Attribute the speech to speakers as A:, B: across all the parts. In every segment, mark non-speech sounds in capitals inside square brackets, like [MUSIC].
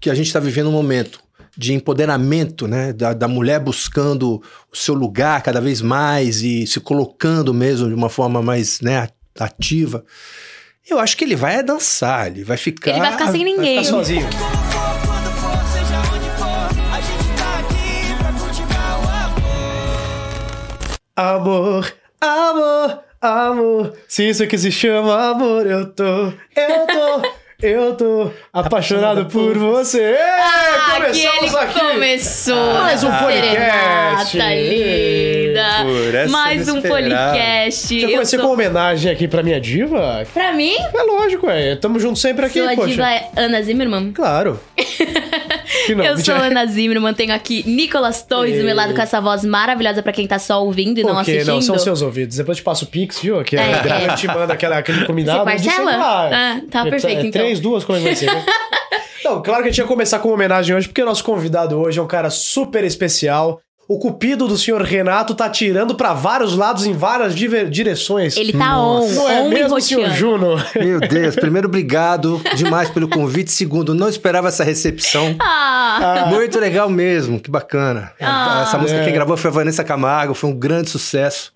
A: que a gente está vivendo um momento de empoderamento, né? Da, da, mulher buscando o seu lugar cada vez mais e se colocando mesmo de uma forma mais né, ativa. Eu acho que ele vai dançar, ele vai ficar.
B: Ele vai ficar sem ninguém.
C: Tá
A: Vai ficar sozinho.
C: Amor, amor, amor. Se isso que se chama amor, eu tô, eu tô. Eu tô apaixonado, apaixonado por você. É,
B: Ah,
C: Começamos
B: que
C: aqui.
B: Começou.
C: Mais um podcast.
B: Serenata linda.
C: Por essa
B: Mais um
C: inesperada.
B: podcast.
C: Já comecei
B: Eu
C: com
B: sou-
C: uma homenagem aqui pra minha diva?
B: Pra mim,
C: É lógico, é. Tamo junto sempre aqui,
B: sua
C: poxa.
B: diva é Ana Zimmerman. [LAUGHS]
C: Claro. que não,
B: eu sou
C: já-
B: Ana Zimmerman, tenho aqui Nicolas Torres do meu lado com essa voz maravilhosa pra quem tá só ouvindo e não
C: Porque
B: assistindo.
C: não, são seus ouvidos. Depois eu te passo o Pix, viu? Que
B: É,
C: a Adriana
B: é.
C: te manda aquela, aquele combinado.
B: Você
C: de sei
B: parcela?
C: lá.
B: Ah, tá
C: É,
B: perfeito,
C: é,
B: então.
C: Três, duas, como é que
B: [LAUGHS]
C: vai ser, né? Não, claro que a gente ia começar com uma homenagem hoje, porque o nosso convidado hoje é um cara super especial. O cupido do senhor Renato tá tirando pra vários lados em várias diver- direções.
B: Ele tá on,
C: Não é
B: on e
C: mesmo, senhor
B: roteando.
C: Juno? [LAUGHS]
A: Meu Deus, primeiro, obrigado demais pelo convite. Segundo, não esperava essa recepção.
B: Ah,
A: Muito legal mesmo, que bacana.
B: Ah.
A: Essa música
C: É.
A: quem gravou foi a Vanessa Camargo, foi um grande sucesso.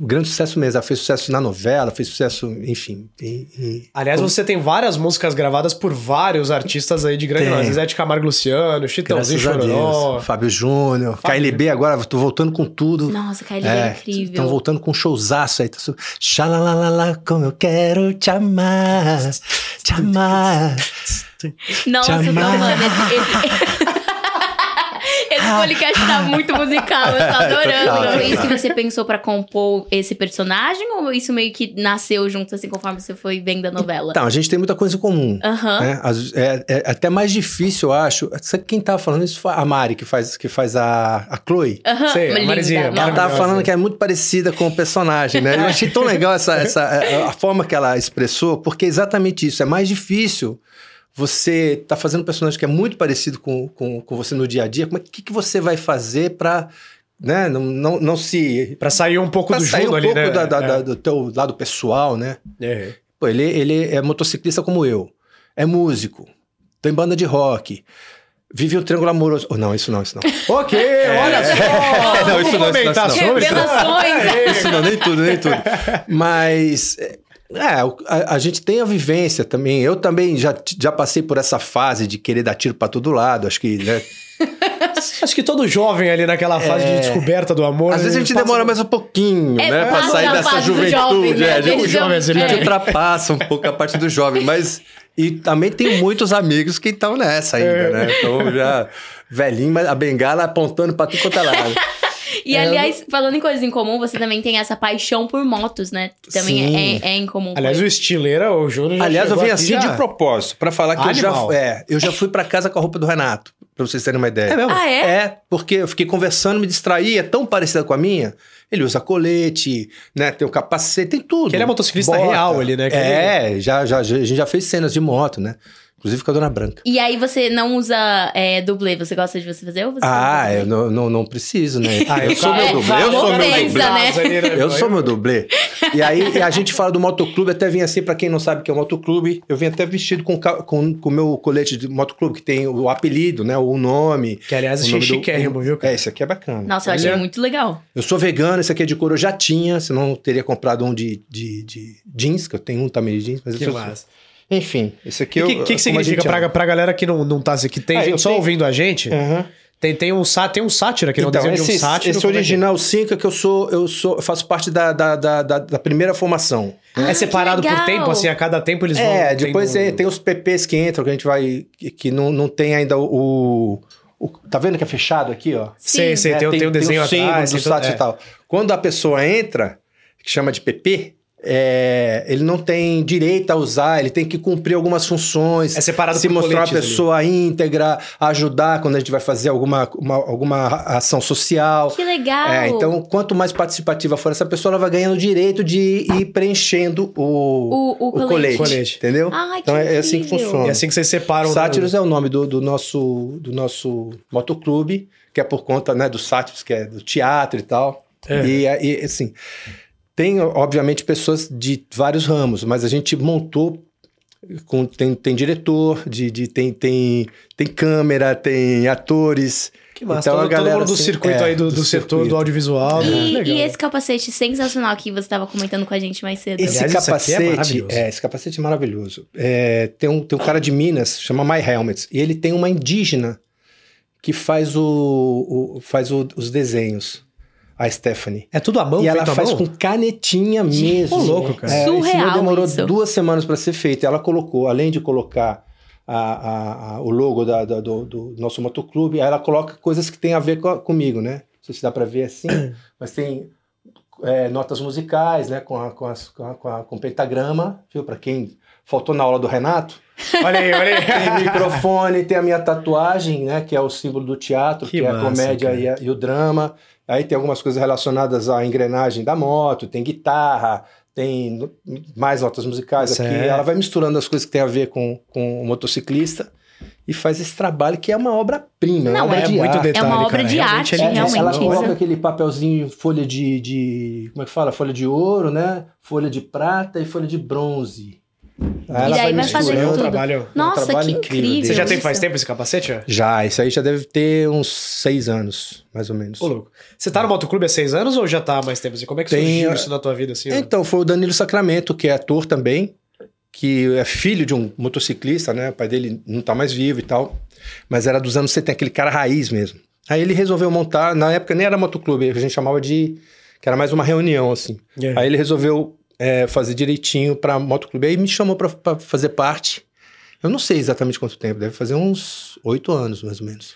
A: Um grande sucesso mesmo. Ela fez sucesso na novela, fez sucesso, enfim. E, e-
C: Aliás, você tem várias músicas gravadas por vários artistas aí de grande
A: Tem.
C: nome. Zezé de Camargo e Luciano,
B: Então,
C: Chitãozinho
A: graças a
C: Chororó.
A: Deus. Fábio Júnior, KLB agora, tô voltando com tudo.
B: nossa, Kylie é,
A: É, Estão
B: incrível.
A: voltando com um showzaço aí. Tá su... Xalalalala, como eu quero te amar. Te amar.
B: Nossa, eu tô
A: Jamais.
B: amando esse... esse... [LAUGHS] Esse
A: Ah.
B: podcast tá
A: [LAUGHS]
B: muito musical,
A: É,
B: eu tô adorando.
A: Total.
B: Foi isso que você pensou pra compor esse personagem? Ou isso meio que nasceu junto, assim, conforme você foi vendo a novela?
A: Então, a gente tem muita coisa em comum.
B: Aham.
A: né? As- É, é até mais difícil, eu acho. Sabe quem tava falando isso? Foi A Mari, que faz, que faz a, a Chloe.
B: Aham,
C: Sei, a
B: linda,
C: Marizinha,
B: nossa.
A: Ela tava
C: Maravilhosa.
A: falando que é muito parecida com o personagem, né? Eu achei tão legal
C: [LAUGHS]
A: essa, essa, a- a forma que ela expressou, porque é exatamente isso. É mais difícil você tá fazendo um personagem que é muito parecido com, com, com você no dia a dia. Como é que, que você vai fazer pra né, não, não, não se.
C: Pra sair um pouco
A: Pra
C: do
A: sair
C: Juno
A: um
C: ali,
A: pouco
C: né?
A: da- da-
C: É.
A: da- do teu lado pessoal, né?
C: É.
A: Pô, ele, ele é motociclista como eu. É músico. Tem banda de rock. Vive um triângulo amoroso. Oh, não, isso não, isso não.
C: [LAUGHS]
A: É.
C: Ok, olha só!
A: Não, isso não, isso não, isso não. né?
B: Revelações.
A: [LAUGHS] Isso não, nem tudo, nem tudo. Mas. é, É, o- a, a gente tem a vivência também. Eu também já, t- já passei por essa fase de querer dar tiro pra todo lado. Acho que, né?
C: Acho que todo jovem ali naquela fase de descoberta do amor.
A: É. Às vezes a gente
C: passa-
A: demora mais um pouquinho,
B: É,
A: né? Pra
B: passa
A: sair
B: a
A: dessa
B: fase do
A: juventude.
B: jovem, né?
A: é, a gente
B: Desde
C: o jovem,
A: A gente
B: É.
A: ultrapassa um pouco a parte do jovem, mas. E também tem muitos amigos que estão nessa ainda, né? Então já velhinho, mas a bengala apontando pra tudo quanto é lado.
B: E aliás, falando em coisas em comum, você também tem essa paixão por motos, né? Que também
A: Sim.
B: é, é incomum.
C: Aliás, o estileira, o Júnior já
A: Aliás, eu
C: chegou
A: vim
C: aqui
A: assim
C: já.
A: de propósito, pra falar que eu já,
C: Animal.
A: é, eu já fui pra casa com a roupa do Renato, pra vocês terem uma ideia.
C: É mesmo?
B: Ah, é?
A: É, porque eu fiquei conversando, me distraí, é tão parecida com a minha. Ele usa colete, né? Tem o capacete, tem tudo.
C: Que ele é motociclista
A: Bota.
C: real ali, né? Que
A: É, já, já, já- a gente já fez cenas de moto, né? Inclusive com a Dona Branca.
B: E aí você não usa é, dublê, você gosta de você fazer ou você
A: Ah,
B: não
A: eu não, não, não preciso, né?
C: [LAUGHS] Ah,
A: eu sou
B: cara,
A: meu
B: é,
A: dublê, eu sou meu
B: ofensa,
A: dublê.
C: né?
A: Eu sou meu dublê. E aí e a gente fala do motoclube, até vim assim, pra quem não sabe o que é o motoclube, eu vim até vestido com o ca- com o meu colete de motoclube, que tem o apelido, né? O nome.
C: Que, aliás,
A: o
C: achei
A: nome do-
C: chiquérrimo, viu, cara?
A: É, isso aqui é bacana.
B: Nossa, eu achei
C: Olha.
B: muito legal.
A: Eu sou vegano, esse aqui é de couro, eu já tinha, senão eu teria comprado um de, de, de jeans, que eu tenho um também de jeans, mas
C: Que
A: eu
C: massa.
A: Enfim, esse aqui
C: O
A: eu.
C: que, que,
A: como
C: que
A: a
C: significa
A: gente
C: pra,
A: ama.
C: pra galera que não, não tá aqui? Tem
A: Ah, eu
C: gente só
A: tenho-
C: ouvindo a gente?
A: Aham.
C: Tem, tem, um, sá- tem um sátira que não
A: Então,
C: desenho de um
A: esse,
C: sátiro.
A: esse
C: como é que é?
A: original 5 é que eu sou, eu sou, eu faço parte da, da, da, da- da primeira formação.
C: É separado
B: que
C: por
A: Ah,
B: legal.
C: tempo, assim, a cada tempo eles vão.
A: É, depois
C: tendo- um-
A: é- tem os PPs que entram, que a gente vai. que, que não, não tem ainda o, o- Tá vendo que é fechado aqui, ó?
C: Sei, sei,
A: É,
C: tem, tem um desenho
A: símbolo
C: atrás.
A: do
C: tem todo-
A: site
C: é.
A: e tal. Quando a pessoa entra, que chama de PP, é, ele não tem direito a usar, ele tem que cumprir algumas funções.
C: É separado
A: se
C: por
A: mostrar uma
C: coletes ali.
A: pessoa íntegra, ajudar quando a gente vai fazer alguma, uma- alguma ação social.
B: Que legal.
A: É, então, quanto mais participativa for essa pessoa, ela vai ganhando o direito de ir preenchendo o,
B: O, o,
A: o
B: colete.
A: colete,
C: Colete.
A: Entendeu?
B: Ai, que
A: então é, é assim que
B: incrível.
A: funciona.
C: E assim que vocês separam.
A: Sátiros é o nome do, do nosso, do nosso motoclube, que é por conta né, dos sátiros, que é do teatro e tal.
C: É.
A: E, e, assim, tem, obviamente, pessoas de vários ramos, mas a gente montou com- tem, tem diretor, de, de- tem, tem, tem câmera, tem atores.
C: Que massa.
A: Então,
C: todo,
A: a
C: todo
A: galera,
C: mundo do
A: assim,
C: circuito
A: é,
C: aí, do,
A: do
C: do setor
A: circuito.
C: do audiovisual. né?
B: E,
C: Legal.
B: e esse capacete sensacional que você tava comentando com a gente mais cedo.
A: Esse
C: Aliás, isso aqui é
A: capacete,
C: maravilhoso.
A: é, esse capacete é maravilhoso. É, tem, um, tem um cara de Minas, chama My Helmets, e ele tem uma indígena que faz, o, o- faz o- os desenhos, a Stephanie.
C: É tudo à mão,
A: e ela
C: feito à
A: faz
C: mão?
A: com canetinha mesmo.
C: ô louco, cara.
A: É,
B: Surreal
A: isso demorou
B: isso.
A: duas semanas para ser feito. Ela colocou, além de colocar a- a- a- o logo da- da- do, do nosso motoclube, aí ela coloca coisas que tem a ver co- comigo, né? Não sei se dá para ver
C: [COUGHS]
A: assim, mas tem é, notas musicais, né? Com, a- com as- com a- com a- com o pentagrama, viu? Para quem faltou na aula do Renato.
C: Olha aí, olha
A: Tem
C: [LAUGHS] aí.
A: microfone, tem a minha tatuagem, né? Que é o símbolo do teatro,
C: Que
A: que, é a
C: massa,
A: comédia
C: cara.
A: e, a- e o drama. Aí tem algumas coisas relacionadas à engrenagem da moto, tem guitarra, tem no- mais notas musicais aqui.
C: Certo.
A: Ela vai misturando as coisas que tem a ver com, com o motociclista e faz esse trabalho que é uma obra-prima. é uma
B: Não,
A: obra
B: é
A: de
C: muito
A: arte.
C: detalhe,
B: uma obra
C: cara.
B: de arte,
C: ele-
A: É,
B: realmente, né?
A: Ela
B: isso.
A: coloca aquele papelzinho, folha de, de- Como é que fala? Folha de ouro, né? Folha de prata e folha de bronze. Aí
B: E daí vai fazendo
A: misturando.
C: É um
B: tudo.
C: trabalho.
B: Nossa,
A: trabalho
B: que
A: incrível
B: incrível.
A: dele.
C: Você já tem
B: isso.
C: faz tempo esse capacete? ó?
A: Já, isso aí já deve ter uns seis anos, mais ou menos.
C: Ô, louco. Você tá no motoclube há seis anos ou já tá há mais tempo? Assim? Como é que
A: Tem-
C: surgiu isso na tua vida, assim? ó?
A: Então, foi o Danilo Sacramento, que é ator também, que é filho de um motociclista, né? O pai dele não tá mais vivo e tal, mas era dos anos 70, aquele cara raiz mesmo. Aí ele resolveu montar, na época nem era motoclube, a gente chamava de... que era mais uma reunião, assim.
C: É.
A: Aí ele resolveu é, fazer direitinho pra motoclube, aí me chamou pra, pra fazer parte. Eu não sei exatamente quanto tempo, deve fazer uns oito anos, mais ou menos.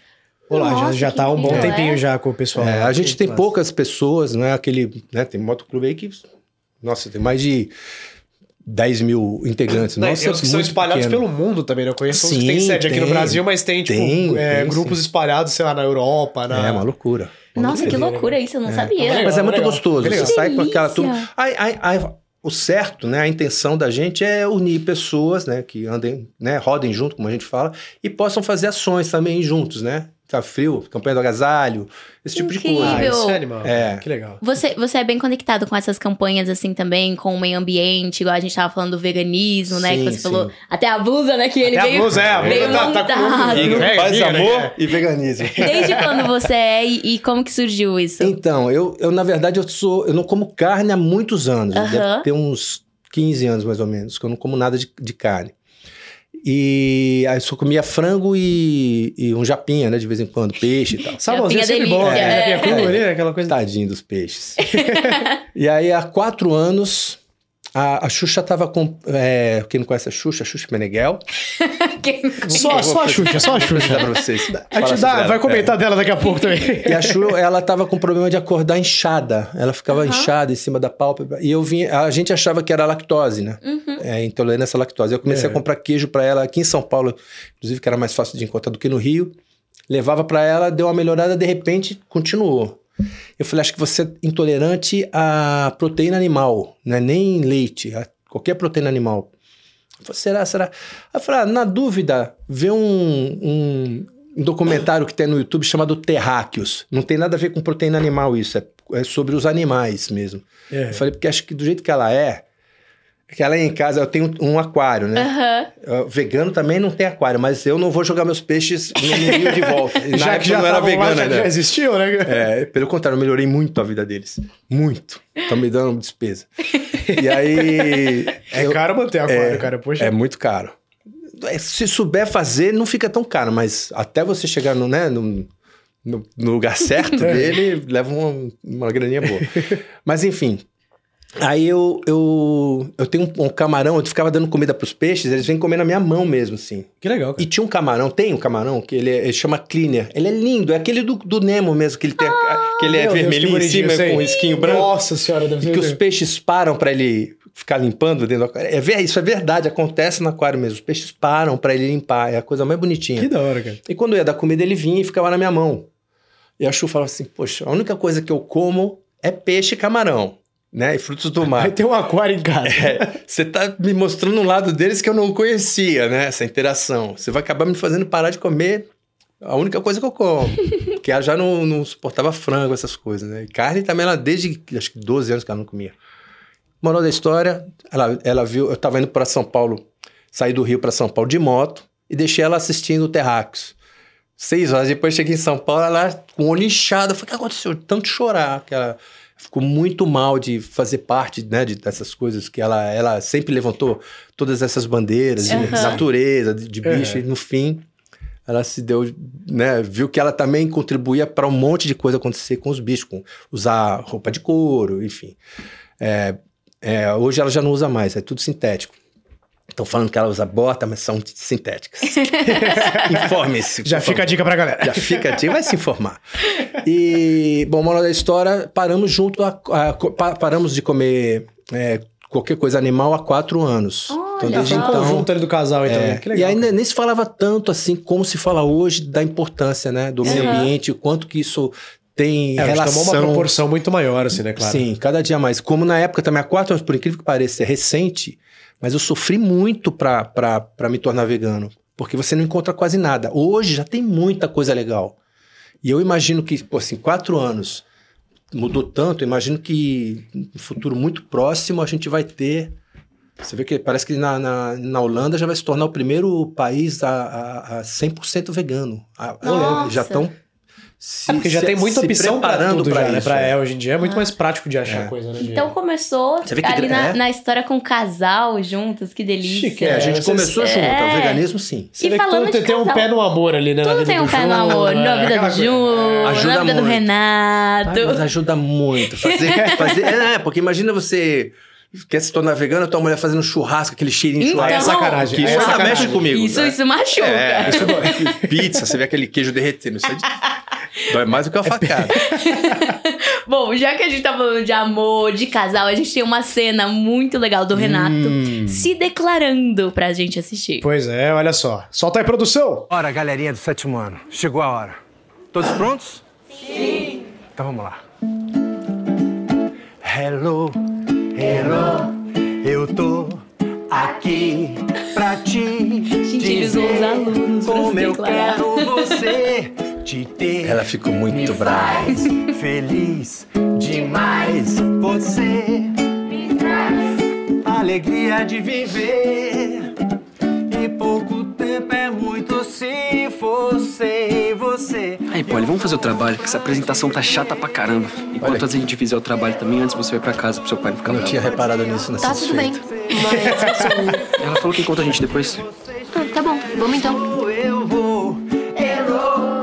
C: Olha lá, já,
B: Nossa,
C: já
B: que
C: tá há um bom
B: incrível,
C: tempinho
B: é?
C: já com o pessoal.
A: É, a gente
C: Que
A: tem
C: massa.
A: poucas pessoas, não é aquele. Né, tem motoclube aí que. Nossa, tem mais de 10 mil integrantes.
C: Não,
A: Nossa,
C: tem os que são
A: muito
C: espalhados
A: pequeno.
C: pelo mundo também, né? Eu conheço uns que
A: Sim,
C: tem sede aqui no
A: tem.
C: Brasil, mas tem, tipo,
A: Tem,
C: é,
A: tem,
C: grupos espalhados, sei lá, na Europa, na...
A: É uma loucura. Uma
B: Nossa, que
A: loucura.
B: loucura isso, eu não sabia.
C: Legal,
A: Mas é muito
C: legal.
A: gostoso.
C: Legal.
A: Você sai com aquela
B: Delícia.
A: turma. Aí, aí, aí, o certo, né? A intenção da gente é unir pessoas, né? Que andem, né? Rodem junto, como a gente fala, e possam fazer ações também juntos, né? Tá frio, campanha do agasalho, esse tipo de
B: Incrível.
A: coisa.
C: Ah, isso é animal.
A: É.
C: Que legal.
B: Você, você é bem conectado com essas campanhas, assim, também, com o meio ambiente, igual a gente tava falando do veganismo, né? Que
A: Sim,
B: você
A: sim.
B: falou. Até a blusa, né? Que ele
C: Até a
B: veio. É
C: blusa, é, a
B: veio
C: blusa tá, tá
A: um
C: com...
B: montado.
C: Vem, vem,
A: Faz
C: vem,
A: amor
C: né?
A: e veganismo.
B: Desde quando você é e, e como que surgiu isso? [LAUGHS]
A: Então, eu, eu na verdade eu sou, eu não como carne há muitos anos. né?
B: Aham.
A: Deve ter uns 15 anos mais ou menos que eu não como nada de, de carne. E aí eu só comia frango e, e um japinha, né, de vez em quando, peixe e
C: [LAUGHS]
A: tal.
C: Salmãozinho
B: Japinha
C: é
B: delícia,
C: sempre bom,
B: é. Tá.
C: né? Japinha crua ali, aquela coisa...
A: Tadinho dos peixes. e aí há quatro anos a, a Xuxa tava com, é, quem não conhece a Xuxa, a Xuxa Meneghel.
B: Quem não conhece?
C: Só, só a Xuxa, só a
A: Vou dar
C: Xuxa.
A: pra vocês.
C: A
A: Fala
C: gente
A: sobre
C: dá-
A: ela.
C: vai
A: É.
C: comentar dela daqui a pouco também.
B: É.
A: E a Shuro, ela tava com problema de acordar inchada. Ela ficava
B: Aham.
A: inchada em cima da pálpebra. E eu vim, a gente achava que era lactose, né?
B: Uhum.
A: É, intolerância à lactose. Eu comecei
C: É.
A: a comprar queijo pra ela aqui em São Paulo, inclusive que era mais fácil de encontrar do que no Rio. Levava pra ela, deu uma melhorada, de repente continuou. Eu falei, acho que você é intolerante à proteína animal, não é nem leite, a qualquer proteína animal. Eu falei, será, será? Aí Eu falei, ah, na dúvida, vê um, um- um documentário que tem no YouTube chamado Terráqueos. Não tem nada a ver com proteína animal isso, é- é sobre os animais mesmo.
C: É.
A: Eu falei, porque acho que do jeito que ela é, que ela é em casa, eu tenho um aquário,
C: É.
A: né?
B: Aham.
A: Uh, Vegano também não tem aquário, mas eu não vou jogar meus peixes no no rio de volta. Na
C: [LAUGHS] Já
A: época
C: que já
A: eu não era
C: tavam lá,
A: vegana,
C: já,
A: né?
C: já existiu, né?
A: É, pelo contrário, eu melhorei muito a vida deles. Muito. Estão me dando
C: [LAUGHS]
A: despesa. E aí.
C: É
A: eu-
C: caro manter aquário, cara. Poxa.
A: é muito caro. É, Se souber fazer, não fica tão caro, mas até você chegar no, né, no, no- no
C: [LAUGHS]
A: lugar certo
C: É.
A: dele, leva uma, uma graninha boa. Mas enfim. Aí eu, eu, eu tenho um, um camarão, eu ficava dando comida pros peixes, eles vêm comer na minha mão mesmo, assim.
C: Que legal,
A: E tinha um camarão, tem um camarão, que ele, é- ele chama Cleaner. Ele é lindo, é aquele do, do Nemo mesmo, que ele, tem, a- que ele é
C: Ah, Meu Deus,
A: vermelhinho
C: que
A: em cima,
C: bonitinho, sei.
A: com um esquinho branco.
C: Nossa senhora, deve
A: E
C: ser...
A: que os peixes param para ele ficar limpando dentro do aquário. É, ver- isso é verdade, acontece no aquário mesmo. Os peixes param para ele limpar, é a coisa mais bonitinha.
C: Que da hora, cara.
A: E quando eu ia dar comida, ele vinha e ficava na minha mão. E a Chu falava assim: Poxa, a única coisa que eu como é peixe e camarão, né? E frutos do mar.
C: [LAUGHS] Vai ter um aquário em casa.
A: É, você tá me mostrando um lado deles que eu não conhecia, né? Essa interação. Você vai acabar me fazendo parar de comer a única coisa que eu como. que ela já não, não suportava frango, essas coisas, né? E carne também, ela desde acho que 12 anos que ela não comia. Moral da história, ela, ela viu, eu tava indo para São Paulo Saí do Rio para São Paulo de moto e deixei ela assistindo o Terráqueos. Seis horas depois cheguei em São Paulo, ela com o olho inchado. Eu falei, o que aconteceu? Tanto chorar. Que ela ficou muito mal de fazer parte né, de, dessas coisas que ela, ela sempre levantou todas essas bandeiras de
B: Uhum.
A: natureza, de, de bicho,
C: É.
A: e no fim ela se deu, né, viu que ela também contribuía para um monte de coisa acontecer com os bichos, com usar roupa de couro, enfim. É, é, hoje ela já não usa mais, é tudo sintético. Estão falando que ela usa bota, mas são
C: [LAUGHS]
A: sintéticas. Informe-se.
C: Já
A: por
C: fica a dica pra galera.
A: já fica ativo, vai se informar. E, bom, moral da história, paramos junto, a, a- co- pa- paramos de comer é, qualquer coisa animal há quatro anos.
B: Olha
A: então,
B: só.
A: desde
C: Em
B: Então-
A: então...
C: um conjunto ali do casal, então.
A: é,
C: né? Que legal.
A: e ainda
C: cara.
A: nem se falava tanto assim como se fala hoje da importância né, do meio
B: Aham.
A: ambiente, o quanto que isso tem
C: É, a gente
A: relação.
C: tomou uma proporção muito maior, assim, né, claro?
A: Sim, cada dia mais. Como na época também, há quatro anos, por incrível que pareça, é recente, mas eu sofri muito pra- pra pra me tornar vegano. Porque você não encontra quase nada. Hoje já tem muita coisa legal. E eu imagino que, pô, assim, quatro anos mudou tanto, eu imagino que no futuro muito próximo a gente vai ter. Você vê que parece que na, na, na Holanda já vai se tornar o primeiro país a, a, a 100% vegano. A, a Holanda, já
B: Nossa.
A: estão.
C: É porque já tem muita opção pra tudo já, né? Pra, é, hoje em dia é muito mais prático de achar
A: É.
C: coisa, né? de-
B: Ah. Então começou
A: Você vê que gra-
B: ali na,
A: é?
B: na história com o casal juntos, que delícia.
C: Chique,
A: É, a gente
C: vocês-
A: começou
B: é.
A: junto, tá? o veganismo sim.
C: Você
B: E
C: vê que
B: falando
C: tudo
B: de
C: tem um
B: casal-
C: pé no amor ali, né? na
B: Tudo
C: vida
B: tem
C: do
B: um pé no
C: Ju,
B: amor,
C: é,
B: na vida
C: aquela
B: do
C: coisa.
B: Ju,
A: Ajuda
B: na vida do
A: muito.
B: Renato.
A: Ai, Tá, mas ajuda muito. Fazer, fazer, é, porque imagina você quer se tornar vegano, tua mulher fazendo churrasco, aquele cheirinho de
B: Então,
C: Aí é
A: churrasco.
C: sacanagem.
A: Que
C: aí
A: isso
C: é
A: ainda
C: sacanagem.
A: mexe comigo.
B: isso,
A: né?
B: isso machuca.
A: É, isso dói. [LAUGHS] Pizza, você vê aquele queijo derretendo. Isso aí dói mais do que uma facada.
B: Bom, já que a gente tá falando de amor, de casal, a gente tem uma cena muito legal do Renato
A: Hum.
B: se declarando pra gente assistir.
C: Pois é, olha só. Solta aí, produção.
D: Ora, galerinha do sétimo ano, chegou a hora. Todos prontos? Sim. Então vamos lá. Hello, hello, eu tô aqui pra te
B: Gente, eles vão
D: dizer
B: usar alunos pra
D: como
B: se
D: eu
B: declarar.
D: quero
E: [LAUGHS]
D: você te ter.
A: [LAUGHS] Ela ficou muito brava.
D: faz feliz demais você me traz alegria de viver e pouco tempo é muito se fosse você
F: Aí, Polly, vamos fazer o trabalho, que essa apresentação tá chata pra caramba. Enquanto
A: Olha.
F: antes a gente fizer o trabalho também, antes você vai pra casa pro seu pai não ficar
A: Eu não
F: bravo.
A: tinha reparado nisso nessa
E: Tá, tudo bem.
F: Ela falou que encontra a gente depois.
E: Pronto, tá bom. Vamos então.
D: eu vou eu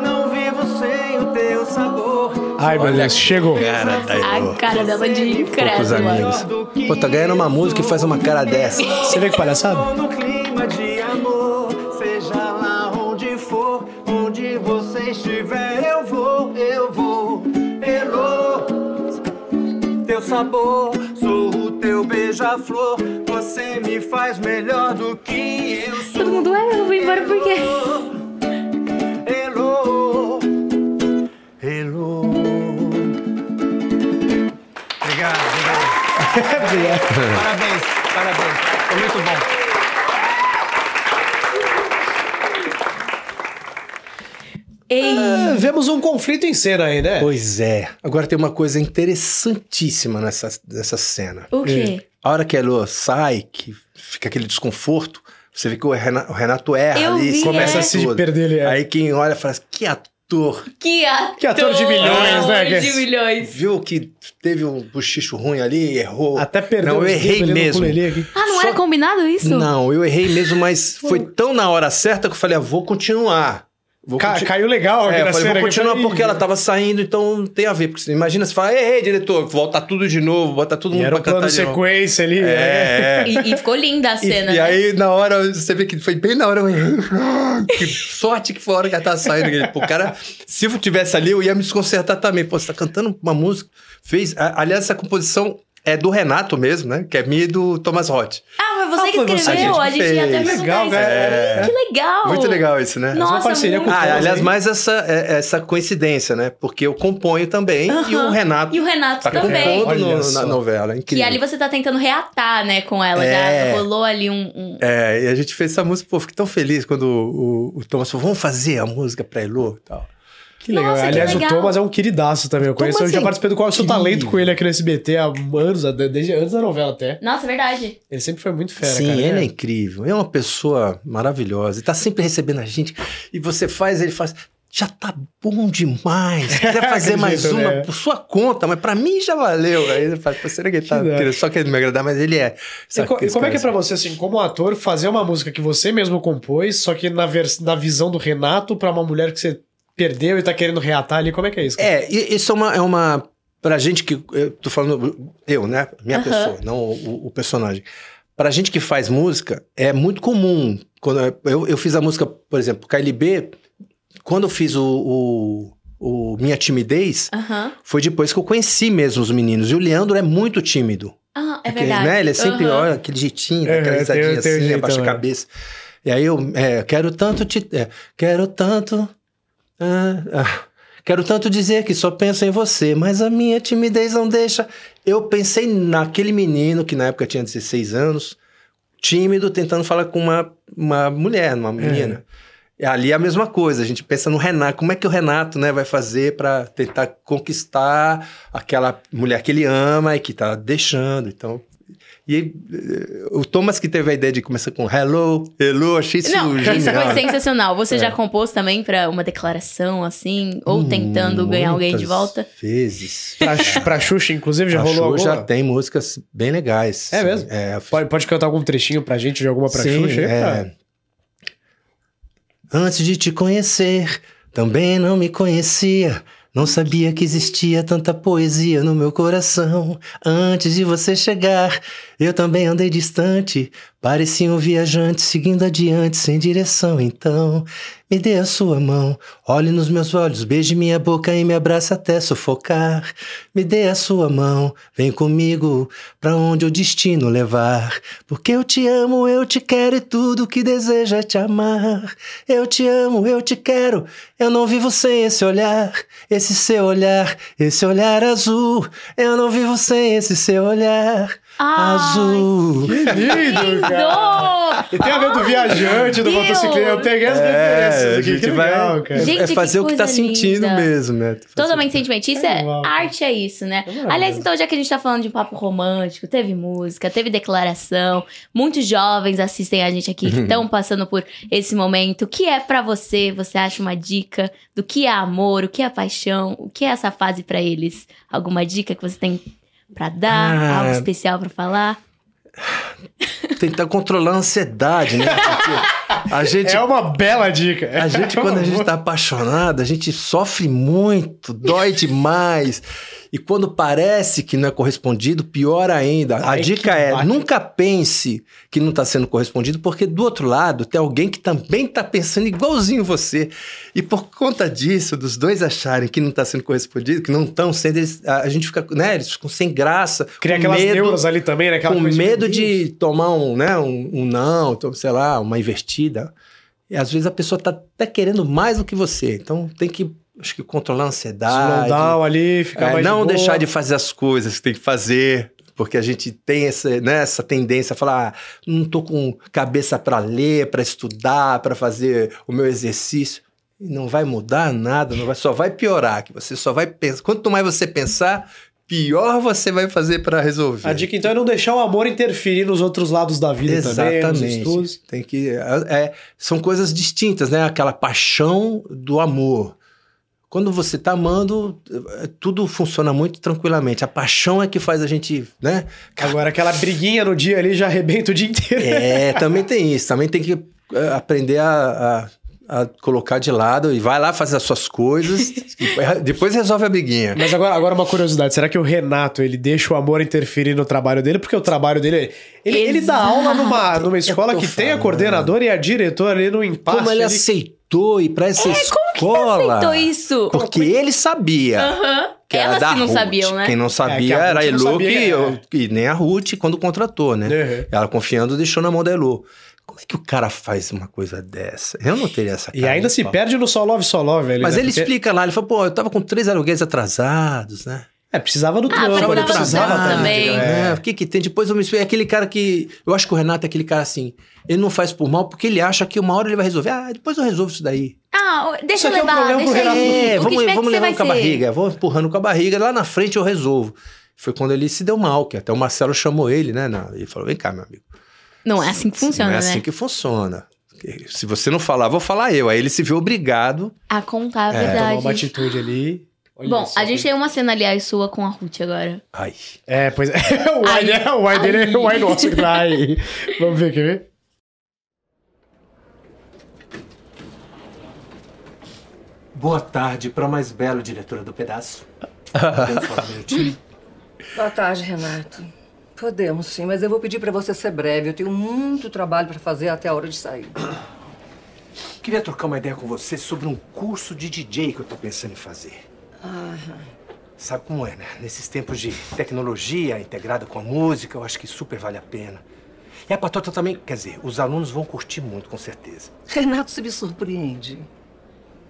D: não vivo sem o teu sabor
C: Ai, meu Deus, chegou.
A: Cara, tá
E: é
B: A cara dela de
A: os
B: incrédula.
A: amigos. Pô, tá ganhando uma música e faz uma cara dessa.
C: Você vê que palhaçada?
D: no clima de amor seja lá onde for onde você estiver eu vou eu vou eu teu sabor sou o teu beija-flor você me faz melhor do que eu sou
B: Todo mundo, ué, eu vou embora por quê?
D: Hello. Hello. Obrigado, obrigado. Parabéns, parabéns. Foi muito bom.
B: Ei,
C: Ah, Vemos um conflito em cena ainda, é?
A: Pois é. Agora tem uma coisa interessantíssima nessa, nessa cena.
B: o quê?
A: A hora que a Elô sai, que fica aquele desconforto, você vê que o Renato, o Renato erra
B: Eu
A: ali,
B: vi,
A: começa
B: é.
A: a se perder.
C: ele. é.
A: Aí quem olha fala assim, que ator!
B: Que ator,
C: Que ator de milhões, né, que-
B: de
A: é?
B: milhões.
A: Viu que teve um bochicho ruim ali, errou.
C: Até perdeu
A: Não, eu
C: os dedos
A: errei
C: ali no
A: mesmo.
C: ukulele aqui.
B: Ah, não
A: Só-
B: era combinado isso?
A: Não, eu errei mesmo, mas foi tão na hora certa que eu falei, ah, vou continuar. Vou
C: Ca-
A: conti-
C: caiu legal aqui
A: É, eu
C: na
A: falei,
C: cena. tá
A: vou
C: aqui,
A: continuar
C: falei,
A: porque ela tava saindo, então não tem a ver. Porque você- imagina, você fala, ei, ei, diretor, volta tudo de novo, bota todo
C: E
A: mundo
C: era
A: pra
C: um plano
A: cantar de novo.
C: sequência ali. né?
A: É,
C: [LAUGHS]
A: é.
B: E, e ficou linda a
A: E,
B: cena,
A: e
B: né?
A: aí, na hora, você vê que foi bem na hora. eu- Que sorte que foi a hora que ela tá saindo. Pô, cara, se eu tivesse ali, eu ia me desconcertar também. Pô, você tá cantando uma música. Fez. a- aliás, essa composição é do Renato mesmo, né? Que é minha e do Thomas Roth.
B: Ah, foi você
C: Ah,
B: que
C: foi você
B: escreveu,
A: que
B: a gente ia até
A: fez.
B: perguntar
C: Legal,
B: isso.
C: né?
B: Que legal.
A: Muito legal isso, né?
B: é. Nossa,
C: parceria com
B: muito.
C: o
A: Ah,
C: Thomas,
A: aliás,
C: hein?
A: mais essa, é- essa coincidência, né? Porque eu componho também e o
B: Aham.
A: Renato
B: E o Renato
A: tá
B: também.
A: compondo no-
C: Olha
A: na
C: só.
A: novela. é
B: Que
A: Incrível.
B: ali você tá tentando reatar, né, com ela.
A: É.
B: Já rolou ali um. um-
A: É, e a gente fez essa música, pô, fiquei tão feliz quando o, o- o Thomas falou, vamos fazer a música pra Elô e tal.
C: Que legal.
B: Nossa, que
C: Aliás,
B: legal.
C: o Thomas é um queridaço também. Eu conheço,
B: Thomas,
C: eu já
B: sim.
C: participei do Qual é o Seu
A: Querido.
C: Talento com ele aqui no SBT há anos, desde antes da novela até.
B: Nossa, é verdade.
C: Ele sempre foi muito fera,
A: Sim,
C: cara.
A: ele é
C: né?
A: incrível. É uma pessoa maravilhosa. E tá sempre recebendo a gente. E você faz, ele faz. Já tá bom demais.
C: [LAUGHS]
A: Quer fazer
C: Acredito,
A: mais uma
C: né?
A: por sua conta, mas pra mim já valeu. Aí ele fala, "Pô, será que ele tá
C: Que da-
A: querendo- só querendo me agradar? Mas ele é.
C: E,
A: Sabe
C: co- e como é que é
A: esse
C: pra
A: cara-
C: você, assim, como ator, fazer uma música que você mesmo compôs, só que na, vers- na visão do Renato, pra uma mulher que você perdeu e tá querendo reatar ali? Como é que é isso? cara?
A: É, e- isso é uma, é uma. Pra gente que. Eu tô falando. Eu, né? Minha
B: Aham.
A: pessoa, não o, o personagem. Pra gente que faz música, é muito comum. Quando eu- eu, eu fiz a música, por exemplo, KLB, quando eu fiz o- o, o Minha Timidez,
B: Aham.
A: foi depois que eu conheci mesmo os meninos. E o Leandro é muito tímido.
B: Ah, é
A: Aquele,
B: verdade.
A: né? Ele é sempre,
B: Aham.
A: olha, aquele jeitinho,
C: É,
A: aquela
C: tem-
A: risadinha
C: tem o
A: assim,
C: jeito,
A: abaixa a
C: né?
A: cabeça. E aí eu é, quero tanto te. é, quero tanto. ah, ah, quero tanto dizer que só penso em você, mas a minha timidez não deixa. Eu pensei naquele menino que na época tinha 16 anos, tímido, tentando falar com uma, uma mulher,
C: É.
A: uma menina. E Ali é a mesma coisa, a gente pensa no Renato, como é que o Renato né, vai fazer pra tentar conquistar aquela mulher que ele ama e que tá deixando, então... E eh, o Thomas que teve a ideia de começar com hello, hello, achei isso
B: Não, isso
A: genial.
B: foi sensacional. Você
A: É.
B: já compôs também pra uma declaração, assim? Ou tentando ganhar alguém de
A: Hum, Muitas
B: volta?
A: vezes.
C: Pra, Xu- pra Xuxa, inclusive, já
A: A
C: rolou
A: É. Xuxa
C: alguma?
A: já tem músicas bem legais.
C: É mesmo?
A: É,
C: Pode, pode cantar algum trechinho pra gente de alguma pra
A: Sim,
C: Xuxa? aí,
A: é.
C: cara?
A: Antes de te conhecer, também não me conhecia. Não sabia que existia tanta poesia no meu coração. Antes de você chegar, eu também andei distante. Parecia um viajante seguindo adiante sem direção. Então, me dê a sua mão, olhe nos meus olhos, beije minha boca e me abraça até sufocar. Me dê a sua mão, vem comigo, pra onde o destino levar. Porque eu te amo, eu te quero e tudo que deseja é te amar. Eu te amo, eu te quero, eu não vivo sem esse olhar, esse seu olhar, esse olhar azul. Eu não vivo sem esse seu olhar
B: Ai,
A: azul.
C: Lindo,
B: Lindo!
C: cara. E tem a ver do viajante, do
B: Meu
C: motocicleta. Eu peguei as referências aqui. Que legal, cara.
B: Gente,
A: é
B: que
A: fazer o que tá
B: coisa
A: sentindo
B: linda.
A: mesmo, né?
B: Totalmente sentimentista,
C: É igual, cara.
B: arte é isso, né?
C: É maravilhoso.
B: Aliás, então, já que a gente tá falando de um papo romântico, teve música, teve declaração, muitos jovens assistem a gente aqui que
C: [LAUGHS]
B: estão passando por esse momento. O que é pra você? Você acha uma dica do que é amor, o que é paixão, o que é essa fase pra eles? Alguma dica que você tem pra dar?
A: Ah.
B: Algo especial pra falar?
A: Tentar controlar tá a ansiedade, né? Porque a gente
C: [LAUGHS] É uma bela dica. [LAUGHS]
A: A gente, quando a gente está apaixonado, a gente sofre muito, dói demais. E quando parece que não é correspondido, pior ainda. A
C: Ai, que
A: dica é:
C: baque.
A: nunca pense que não está sendo correspondido, porque do outro lado tem alguém que também está pensando igualzinho você. E por conta disso, dos dois acharem que não está sendo correspondido, que não estão sendo, eles- a, a gente fica, né? Eles ficam sem graça.
C: Cria
A: com
C: aquelas
A: medo,
C: neuras ali também, né? Aquela
A: com
C: coisa
A: medo
C: meu
A: de tomar um, né, um, um não, então, sei lá, uma invertida. E às vezes a pessoa tá até querendo mais do que você. Então tem que, acho que, controlar a
C: Slow
A: ansiedade.
C: down ali,
A: É,
C: ficar mais
A: não
C: boa.
A: deixar de fazer as coisas que tem que fazer. Porque a gente tem essa, né, essa tendência a falar, ah, não tô com cabeça para ler, para estudar, para fazer o meu exercício. E não vai mudar nada, não vai, só vai piorar, que você só vai pensar. Quanto mais você pensar, pior você vai fazer para resolver.
C: A dica, então, é não deixar o amor interferir nos outros lados da vida também, nos
A: Exatamente.
C: estudos.
A: Tem que. é- é- são coisas distintas, né? Aquela paixão do amor. Quando você tá amando, eh, tudo funciona muito tranquilamente. A paixão é que faz a gente, né?
C: Agora, aquela briguinha no dia ali já arrebenta o dia inteiro.
A: É, também tem isso. Também tem que eh, aprender a, a- a colocar de lado e vai lá fazer as suas coisas. e depois resolve a briguinha.
C: [LAUGHS] Mas agora, agora uma curiosidade, será que o Renato, ele deixa o amor interferir no trabalho dele? Porque o trabalho dele, ele, ele dá
B: Exato.
C: aula numa, numa escola
A: tô
C: que tem a
A: falando.
C: coordenadora e a diretora ali no impasse.
A: Como ele
C: ali.
A: aceitou ir pra
B: É,
A: essa escola?
B: Aceitou isso?
A: Porque ele sabia.
B: Aham.
A: Que era
B: Elas
A: da
B: que não
A: Ruth.
B: sabiam, né?
A: Quem não sabia
C: É, que a
A: era a
C: Ruth não
A: Elu
C: sabia,
A: que-
C: é.
A: e nem a Ruth quando contratou, né?
C: Uhum.
A: Ela confiando deixou na mão da Elu. Como é que o cara faz uma coisa dessa? Eu não teria essa
C: E
A: cara
C: ainda
A: de
C: se
A: pau.
C: perde no só love, só love. Ali,
A: Mas
C: né?
A: ele
C: Porque-
A: explica lá, ele fala, pô, eu tava com três aluguéis atrasados, né?
C: É, precisava do
B: Ah,
C: trampo,
B: precisava
C: ele
B: do trampo também.
C: É.
A: né? O que que tem? Depois eu me explico. É aquele cara que... Eu acho que o Renato é aquele cara assim, ele não faz por mal porque ele acha que uma hora ele vai resolver. Ah, depois eu resolvo isso daí.
B: Ah, deixa
C: Isso
B: eu
C: aqui é um
B: levar,
C: problema pro
B: deixa eu
C: Renato.
B: ir.
A: É,
B: o
A: vamos,
B: que tiver
A: vamos
B: que você
C: um
B: vai
A: levando com a
B: ser.
A: barriga, vou empurrando com a barriga, lá na frente eu resolvo. Foi quando ele se deu mal, que até o Marcelo chamou ele, né? na- E falou: vem cá, meu amigo.
B: Não é assim que funciona,
A: não é
B: né?
A: assim que funciona. Se você não falar, vou falar eu. Aí ele se viu obrigado.
B: A contar a
C: Tomar É, uma
B: verdade.
C: atitude ali. Olha
B: Bom,
C: só,
B: a gente tem uma cena, aliás, sua com a Ruth agora.
A: Ai.
C: É, pois é. [LAUGHS] O ai,
B: Ai,
C: né? o ai dele é o ai
B: ai.
C: nosso que tá aí. Vamos ver, quer ver?
D: Boa tarde para mais belo diretora do pedaço.
G: Boa tarde, Renato. Podemos sim, mas eu vou pedir pra você ser breve. Eu tenho muito trabalho pra fazer até a hora de sair.
D: Queria trocar uma ideia com você sobre um curso de DJ que eu tô pensando em fazer. Sabe como é, né? Nesses tempos de tecnologia integrada com a música, eu acho que super vale a pena. E a patota também, quer dizer, os alunos vão curtir muito, com certeza.
G: Renato se me surpreende.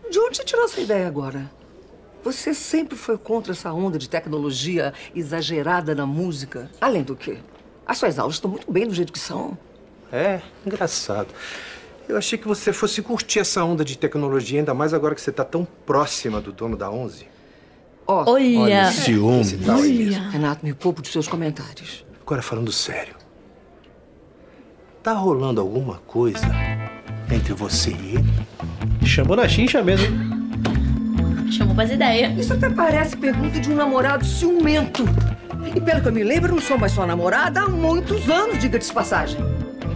G: De onde você tirou essa ideia agora? Você sempre foi contra essa onda de tecnologia exagerada na música. Além do que, as suas aulas estão muito bem do jeito que são.
D: É, engraçado. Eu achei que você fosse curtir essa onda de tecnologia, ainda mais agora que você tá tão próxima do dono da Onze.
G: Ó,
B: Olha,
A: Ciúme.
B: olha.
G: Renato, me poupo dos seus comentários.
D: Agora falando sério. Tá rolando alguma coisa entre você e ele?
C: Chamou na chincha mesmo.
B: Chamou pras ideias.
G: Isso até parece pergunta de um namorado ciumento. E pelo que eu me lembro, eu não sou mais sua namorada há muitos anos, diga-te de passagem.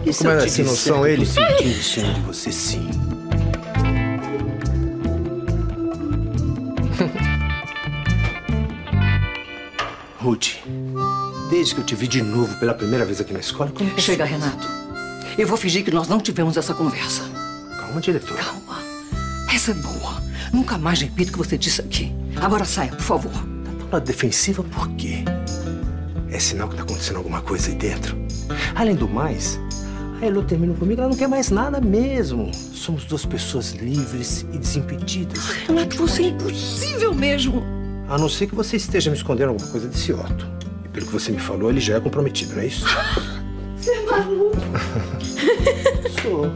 A: E Como era sem noção ele?
D: sentindo o sonho de você sim. [LAUGHS] Ruth, desde que eu te vi de novo pela primeira vez aqui na escola, como é que
G: Chega, Renato. Eu vou fingir que nós não tivemos essa conversa.
D: Calma, diretor.
G: Calma. Essa é boa. Nunca mais repito o que você disse aqui. Agora saia, por favor.
D: Tá do lado defensiva por quê? É sinal que tá acontecendo alguma coisa aí dentro. Além do mais, a Elo terminou comigo, ela não quer mais nada mesmo. Somos duas pessoas livres e desimpedidas.
G: Renato, você é impossível mesmo.
D: A não ser que você esteja me escondendo alguma coisa desse Otto. E pelo que você me falou, ele já é comprometido, não é isso? [LAUGHS] Você é maluco? sou.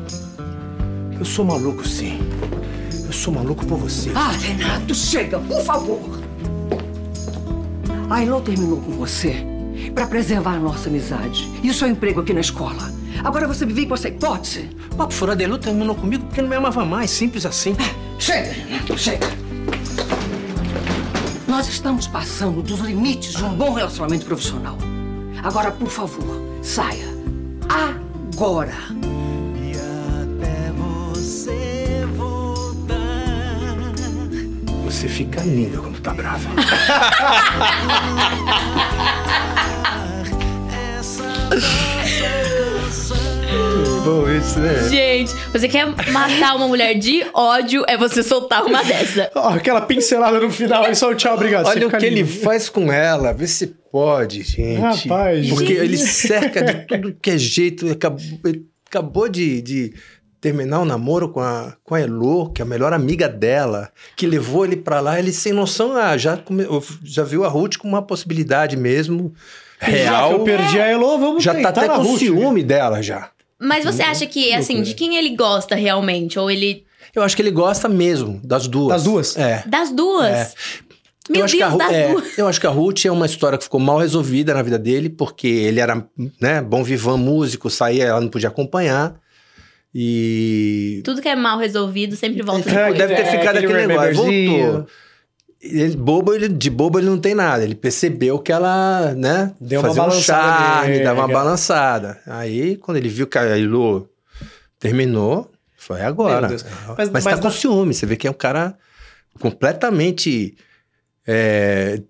D: Eu sou maluco, sim. Eu sou maluco por você.
G: Ah, Renato, chega, por favor. A Elô terminou com você pra preservar a nossa amizade e o seu emprego aqui na escola. Agora você me vem com essa hipótese?
D: Papo fora de Elo terminou comigo porque não me amava mais, simples assim.
G: Ah, Chega, Renato, chega. Nós estamos passando dos limites de um bom relacionamento profissional. Agora, por favor, saia. Agora.
D: Você fica linda quando
C: [LAUGHS]
D: tá brava.
A: Bom, isso, né?
B: Gente, você quer matar uma mulher de ódio, é você soltar uma dessa.
C: Ó, aquela pincelada no final, aí só o tchau, obrigado. você
A: Olha o
C: fica
A: que ele
C: lindo.
A: faz com ela, vê se pode, gente.
C: Rapaz,
A: Porque
C: gente.
A: ele cerca
C: [LAUGHS]
A: de tudo que é jeito. Ele acabou, ele acabou de, de terminar o namoro com a, com a Elô, que é a melhor amiga dela, que levou ele pra lá. Ele, sem noção, ah, já, come- já viu a Ruth com uma possibilidade mesmo
C: Já que eu
A: real.
C: perdi a Elo, vamos
A: Já tá
C: tentar
A: até
C: na
A: com
C: Ruth.
B: né?
A: ciúme dela já.
B: Mas você acha que, assim, de quem ele gosta realmente? Ou ele.
A: Eu acho que ele gosta mesmo das duas.
C: Das duas?
A: É.
B: Das duas? Meu
A: eu, acho que a,
B: Deus,
A: Ru-
B: das
A: é,
B: duas.
A: eu acho que a Ruth é uma história que ficou mal resolvida na vida dele, porque ele era né, bom vivan, músico, saía, ela não podia acompanhar. E.
B: Tudo que é mal resolvido sempre volta
A: É,
B: depois.
A: deve ter
C: É,
A: ficado
C: aquele
A: aquele negócio.
C: rememberzinho.
A: Voltou. Ele, bobo, ele, de bobo ele não tem nada. Ele percebeu que ela, né?
C: Deu uma
A: fazia um
C: balançada
A: charme,
C: nele,
A: dava uma
C: é.
A: balançada. Aí, quando ele viu que a Ilô terminou, foi agora.
C: Meu Deus. Mas-
A: Mas,
C: mas
A: tá
C: na-
A: com ciúme. Você vê que é um cara completamente é,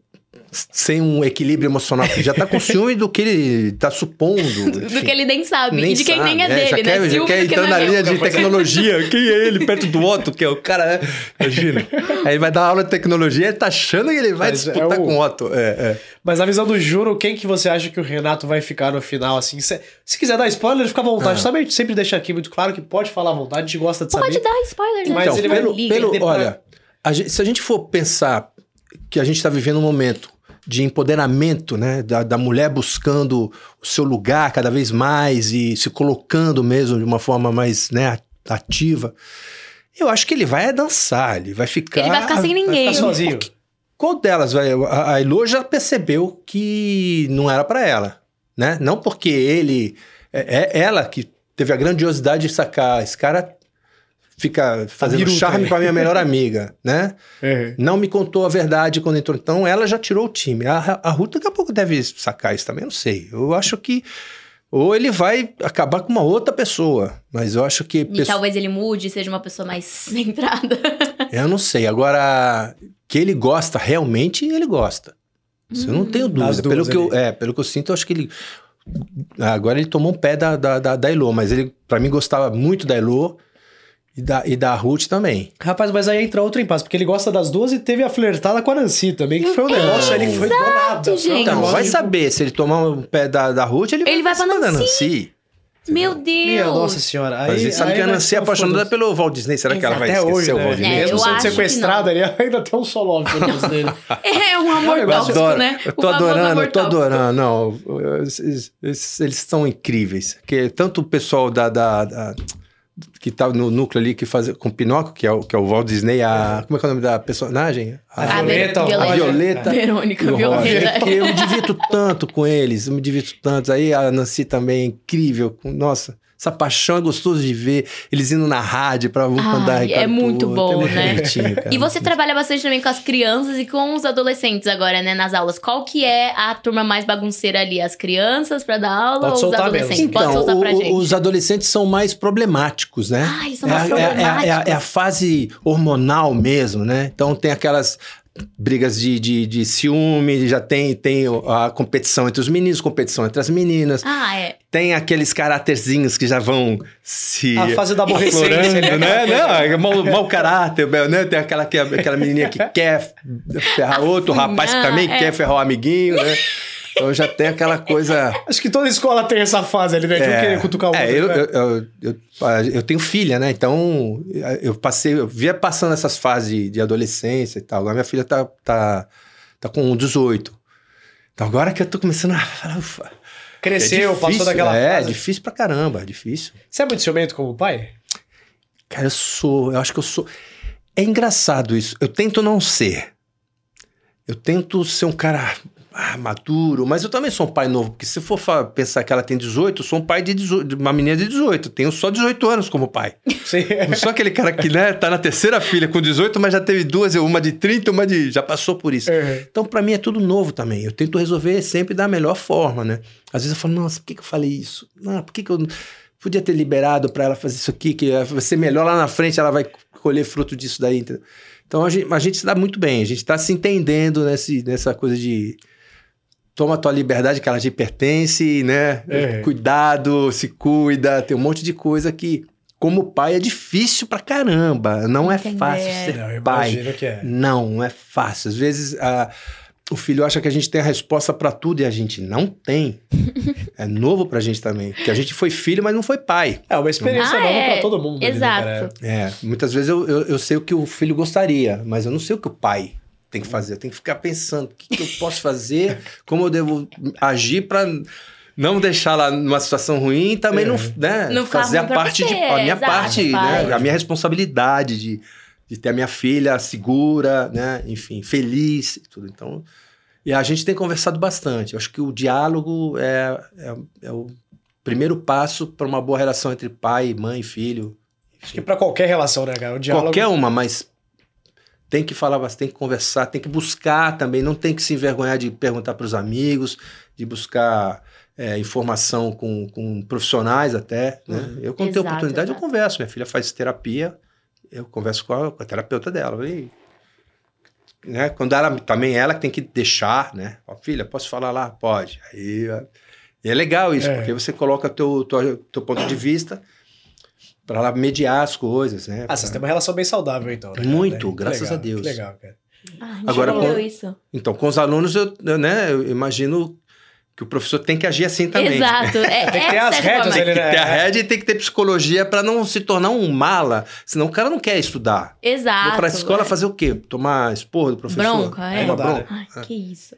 A: sem um equilíbrio emocional. Ele já tá
B: [LAUGHS]
A: com ciúme do que ele tá supondo.
B: É. Do
A: enfim.
B: que ele nem sabe. e de quem
A: sabe,
B: nem é
A: né?
B: dele,
A: já
B: né?
A: Quer, já
B: Ciúme
A: quer
B: do que
A: entrando
B: não
A: na
B: é meu.
A: linha de tecnologia. Quem é ele perto do Otto? Que é o cara, né? Imagina. Aí vai dar aula de tecnologia, ele tá achando que ele vai
C: Mas é
A: disputar
C: o-
A: com o Otto. É, é.
C: Mas na visão do Juro, quem que você acha que o Renato vai ficar no final, assim? Se, se quiser dar spoiler, fica à vontade.
A: Ah.
C: Sabe, a gente sempre deixa aqui muito claro que pode falar à vontade, a gente gosta de saber.
B: Pode dar spoiler, né?
C: Mas
A: então,
C: ele vai-
A: pelo,
C: liga,
A: pelo-
C: ele depois-
A: olha, a gente- se a gente for pensar que a gente está vivendo um momento de empoderamento, né, da, da mulher buscando o seu lugar cada vez mais e se colocando mesmo de uma forma mais né, ativa, Eu acho que ele vai dançar, ele vai ficar.
B: Ele vai ficar sem ninguém.
C: Ficar sozinho.
A: Qual delas? vai- A a Elo já percebeu que não era pra ela, né? Não porque ele... É, é ela que teve a grandiosidade de sacar. Esse cara fica fazendo
C: biruta,
A: charme
C: é.
A: pra minha melhor amiga, né?
C: É.
A: Não me contou a verdade quando entrou. Então, ela já tirou o time. A, a Ruth daqui a pouco deve sacar isso também, eu não sei. Eu acho que... Ou ele vai acabar com uma outra pessoa. Mas eu acho que...
B: E
A: pesso-
B: talvez ele mude, seja uma pessoa mais centrada.
A: Eu não sei. Agora, que ele gosta realmente, ele gosta. Isso eu não tenho
C: Hum, Das
A: dúvida. Pelo
C: duas
A: que, eu,
C: ali.
A: é, pelo que eu sinto, eu acho que ele. Agora ele tomou um pé da, da, da, da Elo, mas ele, pra mim, gostava muito da Elo e da, e da Ruth também.
C: Rapaz, mas aí entra outro impasse, porque ele gosta das duas e teve a flertada com a Nancy também, que foi um negócio ali que foi do nada. Foi um
B: gente.
A: Então,
C: negócio
A: vai
C: de-
A: saber se ele tomar um pé da, da Ruth, ele,
B: Ele vai pra
A: se dar
B: Nancy.
A: Nancy.
B: Meu Deus!
C: Minha nossa senhora.
A: Mas
C: Aí,
A: ele sabe
C: aí
A: que a
C: vai
A: Nancy
C: ser
A: é
C: um
A: apaixonada
C: foda-se.
A: pelo Walt Disney. Será que ela vai
C: Até
A: esquecer
C: hoje,
A: o
C: né?
A: Walt Disney?
B: É,
C: Mesmo
B: eu
C: sendo
B: acho que
C: sequestrada ali, ainda tem um solove pelo
B: [LAUGHS]
C: menos dele.
B: É um amor
C: Eu
B: tóxico,
A: adoro.
B: né?
A: Eu
B: O
A: tô
B: famoso
A: adorando,
B: amor
A: eu tô
B: tóxico.
A: adorando. Não, eles, eles- eles são incríveis. Que tanto o pessoal da, da- da- que tá no núcleo ali que faz com o Pinóquio, que é o, que é o Walt Disney, a como é que é o nome da personagem?
B: A
A: A,
B: Violeta,
A: a
B: [LAUGHS]
A: Violeta.
B: Verônica,
A: e o Roger.
B: Violeta.
A: Que Eu me divirto tanto com eles, eu me divirto tanto. Aí a Nancy também é incrível. com- Nossa, essa paixão é gostoso de ver. Eles indo na rádio pra um
B: Ai,
A: mandar
B: é
A: recado pro
B: muito
A: outro,
B: bom,
A: muito
B: né?
A: bonitinho, cara.
B: E você trabalha bastante também com as crianças e com os adolescentes agora, né, nas aulas. Qual que é a turma mais bagunceira ali? As crianças pra dar aula
C: Pode
B: ou os
C: soltar mesmo.
B: adolescentes? Pode
A: Então,
B: soltar
A: o-
B: pra
A: o-
B: gente.
A: os adolescentes são mais problemáticos, né?
B: Ai, são
A: É
B: mais
A: a- é, a- é a- é a, é
B: problemáticos.
A: a fase hormonal mesmo, né? Então tem aquelas brigas de, de, de ciúme, já tem, tem a competição entre os meninos, competição entre as meninas,
B: Ah, é.
A: tem aqueles caraterzinhos que já vão se
C: A fase da aborrecência.
A: explorando, né? Não, é mau, mau caráter, né? Tem aquela, que- aquela menininha que quer
B: [LAUGHS]
A: ferrar outro, o rapaz que também
B: Afinar, é.
A: quer ferrar o amiguinho, né? Então já tem aquela coisa...
C: Acho que toda escola tem essa fase ali, né? De um querer cutucar o
A: é,
C: outro.
A: eu,
C: né?
A: eu, eu, eu- a- eu tenho filha, né? Então, eu passei, eu via passando essas fases de adolescência e tal. Agora minha filha tá, tá, tá com 18. Então, agora que eu tô começando a falar, ufa. é
C: Cresceu, passou
A: difícil,
C: daquela
A: É,
C: fase.
A: difícil pra caramba, é difícil.
C: Você é muito ciumento como pai?
A: Cara, eu sou, eu acho que eu sou. É engraçado isso. Eu tento não ser. Eu tento ser um cara ah, maduro, mas eu também sou um pai novo, porque se for fa- pensar que ela tem 18, eu sou um pai de 18, de uma menina de 18, eu tenho só 18 anos como pai.
C: Sim.
A: Não sou aquele cara que, né, tá na terceira filha com 18, mas já teve duas, uma de 30, uma de já passou por isso.
C: Uhum.
A: Então, pra mim é tudo novo também. Eu tento resolver sempre da melhor forma, né? Às vezes eu falo, nossa, por que, que eu falei isso? Ah, por que, que eu podia ter liberado pra ela fazer isso aqui, que vai ser melhor lá na frente, ela vai colher fruto disso daí. entendeu? Então a gente, a gente se dá muito bem, a gente tá se entendendo nesse, nessa coisa de toma tua liberdade que ela te pertence, né?
C: É.
A: Cuidado, se cuida, tem um monte de coisa que como pai é difícil pra caramba, não é
B: Entender.
A: fácil ser
C: Não, eu
A: pai.
C: imagino que é.
A: Não, não é fácil. Às vezes a- o filho acha que a gente tem a resposta pra tudo e a gente não tem. é novo pra gente também. Porque a gente foi filho, mas não foi pai.
C: É uma experiência
B: Ah,
C: nova
B: é.
C: pra todo mundo. ali, né,
B: Exato.
C: cara?
A: É, muitas vezes eu, eu- eu sei o que o filho gostaria, mas eu não sei o que o pai tem que fazer. Eu tenho que ficar pensando o que, que eu posso fazer, como eu devo agir pra não deixar lá numa situação ruim e também
C: É.
A: não, né,
B: Não ficar
A: fazer a
B: ruim pra
A: parte
B: você,
A: de a minha
B: exato,
A: parte,
B: pai.
A: né, a minha responsabilidade de, de ter a minha filha segura, né, enfim, feliz e tudo. Então, e a gente tem conversado bastante. Eu acho que o diálogo é, é, é o primeiro passo para uma boa relação entre pai, mãe e filho.
C: Acho que pra qualquer relação, né, cara? O diálogo.
A: Qualquer uma, mas tem que falar, bastante, tem que conversar, tem que buscar também, não tem que se envergonhar de perguntar para os amigos, de buscar é, informação com, com profissionais até. Né?
C: Uhum.
A: Eu, quando tenho
B: Exato,
A: oportunidade,
B: exato.
A: eu converso. Minha filha faz terapia, eu converso com a, com a terapeuta dela. E, né? Quando ela também ela que tem que deixar, né? Ó, filha, posso falar lá? Pode. Aí, ó. e é legal isso,
C: É.
A: porque você coloca teu, teu, teu ponto de vista para ela mediar as coisas, né?
C: Ah, vocês
A: Pra-
C: têm uma relação bem saudável, então. né, cara?
A: Muito,
C: Que
A: graças
C: legal,
A: a Deus.
C: Que legal, cara.
B: Ah, a gente
A: Agora,
B: aprendeu
A: com-
B: isso.
A: Então, com os alunos, eu, eu, né, eu imagino que o professor tem que agir assim também.
B: Exato.
A: [LAUGHS]
B: É,
C: Tem que
B: é
C: ter as
B: certa
C: regras
B: forma.
C: ali,
A: Tem que ter a
C: né?
A: rede e tem que ter psicologia para não se tornar um mala, senão o cara não quer estudar.
B: Exato.
A: Vou para a escola
B: é.
A: fazer o quê? Tomar esporro do professor?
B: Bronca, é.
A: Tomar
C: Não dá, né?
A: bronca?
B: Ai, que isso.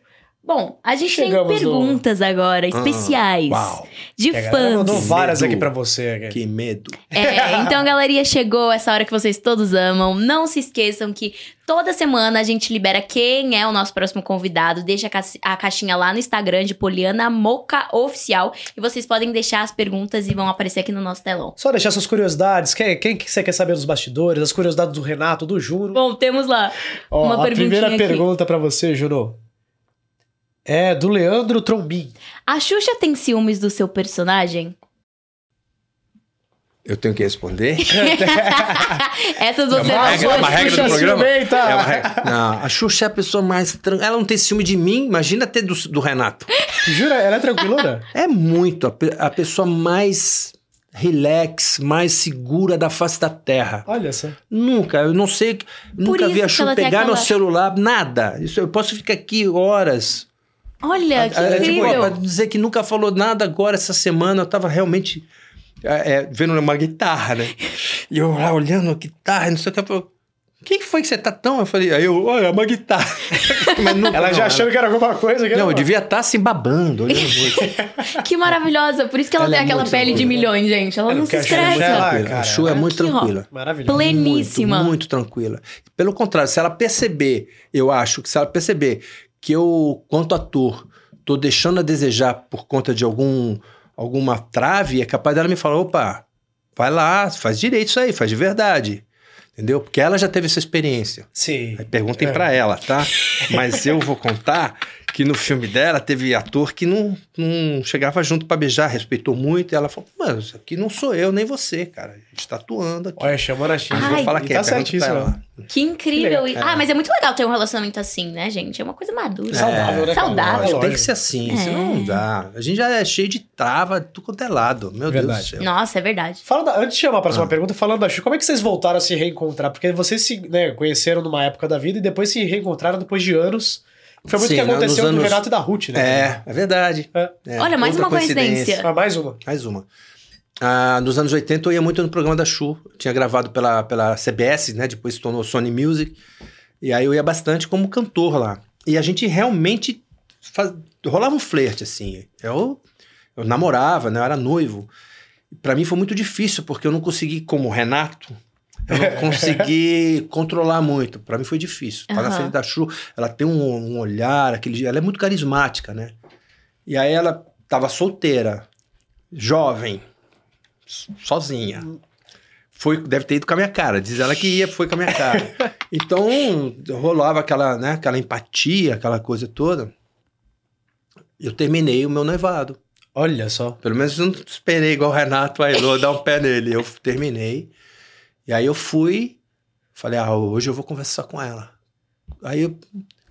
B: Bom, a gente
C: Chegamos no-
B: tem perguntas agora, especiais.
A: Uau.
B: De
C: Que a galera mandou
B: fãs.
C: várias
A: Medo.
C: aqui pra você. cara.
A: Que medo.
B: É, então, galeria, chegou essa hora que vocês todos amam. Não se esqueçam que toda semana a gente libera quem é o nosso próximo convidado. Deixa a ca- a caixinha lá no Instagram de Poliana Moca Oficial. E vocês podem deixar as perguntas e vão aparecer aqui no nosso telão.
C: Só deixar suas curiosidades. Quem, quem que você quer saber dos bastidores? As curiosidades do Renato, do Juro.
B: Bom, temos lá
C: Ó,
B: uma
C: a
B: perguntinha
C: primeira
B: aqui.
C: pergunta pra você, Juro. É do Leandro Trombin.
B: A Xuxa tem ciúmes do seu personagem?
A: Eu tenho que
B: [LAUGHS]
A: responder?
B: Essas vocês
A: uma
B: não
A: regra- é uma
B: podem.
A: regra do
C: Puxa,
A: programa?
C: ciumenta.
B: tá?
A: É uma regra. Não, a Xuxa é a pessoa mais. Tran... Ela não tem ciúme de mim, imagina ter do, do Renato.
C: Jura? Ela é tranquilona?
A: É muito a, pe- a pessoa mais relax, mais segura da face da terra.
C: Olha só.
A: Nunca, eu não sei, nunca vi a
B: isso que ela
A: Xuxa
B: tem
A: pegar
B: aquela-
A: meu celular, nada. Isso, eu posso ficar aqui horas.
B: Olha, que
A: É, tipo,
B: incrível.
A: pra dizer que nunca falou nada agora essa semana, eu tava realmente é, é, vendo uma guitarra,
C: [LAUGHS]
A: né? E eu lá olhando a guitarra, não sei o que. eu falei, O que que foi que você tá tão? Eu falei, aí eu, olha, é uma guitarra. [LAUGHS] Mas nunca,
C: Ela
A: não,
C: já achando que era alguma coisa. Que
A: Não, eu
C: era...
A: devia estar se babando.
C: [LAUGHS]
A: olhando muito.
B: Que maravilhosa. Por isso que ela,
A: Ela
B: tem
A: é
B: aquela
A: muito
B: pele de
A: segura.
B: milhões, gente. Ela
C: É,
B: não se
C: porque a Xuxa é
B: estressa.
C: Ah,
A: Tranquila.
C: cara.
A: a Xuxa é muito
B: Aqui, ó.
A: tranquila.
C: Maravilhoso.
B: Pleníssima.
A: Muito, muito tranquila. Pelo contrário, se ela perceber, eu acho que se ela perceber que eu, quanto ator, tô deixando a desejar por conta de algum alguma trave, é capaz dela me falar, opa, vai lá, faz direito isso aí, faz de verdade. Entendeu? Porque ela já teve essa experiência.
C: Sim.
A: Aí perguntem
C: É.
A: pra ela, tá? Mas eu vou contar que no filme dela teve ator que não, não chegava junto pra beijar, respeitou muito, e ela falou: Mano, isso aqui não sou eu, nem você, cara. A gente tá atuando aqui.
C: Olha, chamando a X.
A: Eu
B: Ai,
A: vou falar
C: e
A: que
C: tá
A: é, pergunta pra
C: certíssimo.
A: ela.
B: Que incrível.
C: Que
B: isso. Ah, mas é muito legal ter um relacionamento assim, né, gente? É uma coisa madura.
C: Saudável, né? cara?
B: Saudável.
A: Lógico,
C: Lógico.
A: tem que ser assim,
B: Tá É.
A: senão não dá. A gente já é cheio de trava, tudo quanto é lado. Meu
C: Verdade.
A: Deus do céu.
B: Nossa, é verdade.
C: Fala da- antes de chamar a próxima
A: Ah.
C: pergunta, falando da Xuxa, como é que vocês voltaram a se reencontrar? Porque vocês se né, conheceram numa época da vida e depois se reencontraram depois de anos. Foi muito o
A: Sim,
C: que
A: né,
C: aconteceu
A: nos
C: do
A: anos-
C: Renato e da Ruth, né?
A: É, é verdade.
C: É.
A: É,
B: Olha, mais
A: outra
B: uma coincidência.
C: Ah, mais uma.
A: Mais uma. Ah, nos anos 80 eu ia muito no programa da Chu. Tinha gravado pela, pela CBS, né? Depois se tornou Sony Music. E aí eu ia bastante como cantor lá. E a gente realmente faz- rolava um flerte, assim. Eu, eu namorava, né? Eu era noivo. Pra mim foi muito difícil, porque eu não consegui, como o Renato, eu não consegui controlar muito. Pra mim foi difícil. Tá na
B: Aham.
A: frente da Chu, ela tem um, um olhar, aquele, ela é muito carismática, né? E aí ela tava solteira, jovem, s- sozinha. Foi, deve ter ido com a minha cara. Diz ela que ia, foi com a minha cara. Então, rolava aquela, né, aquela empatia, aquela coisa toda. Eu terminei o meu noivado.
C: Olha só.
A: Pelo menos eu não esperei igual o Renato Ailô dar um pé nele. Eu terminei. E aí eu fui, falei, ah, hoje eu vou conversar com ela. Aí eu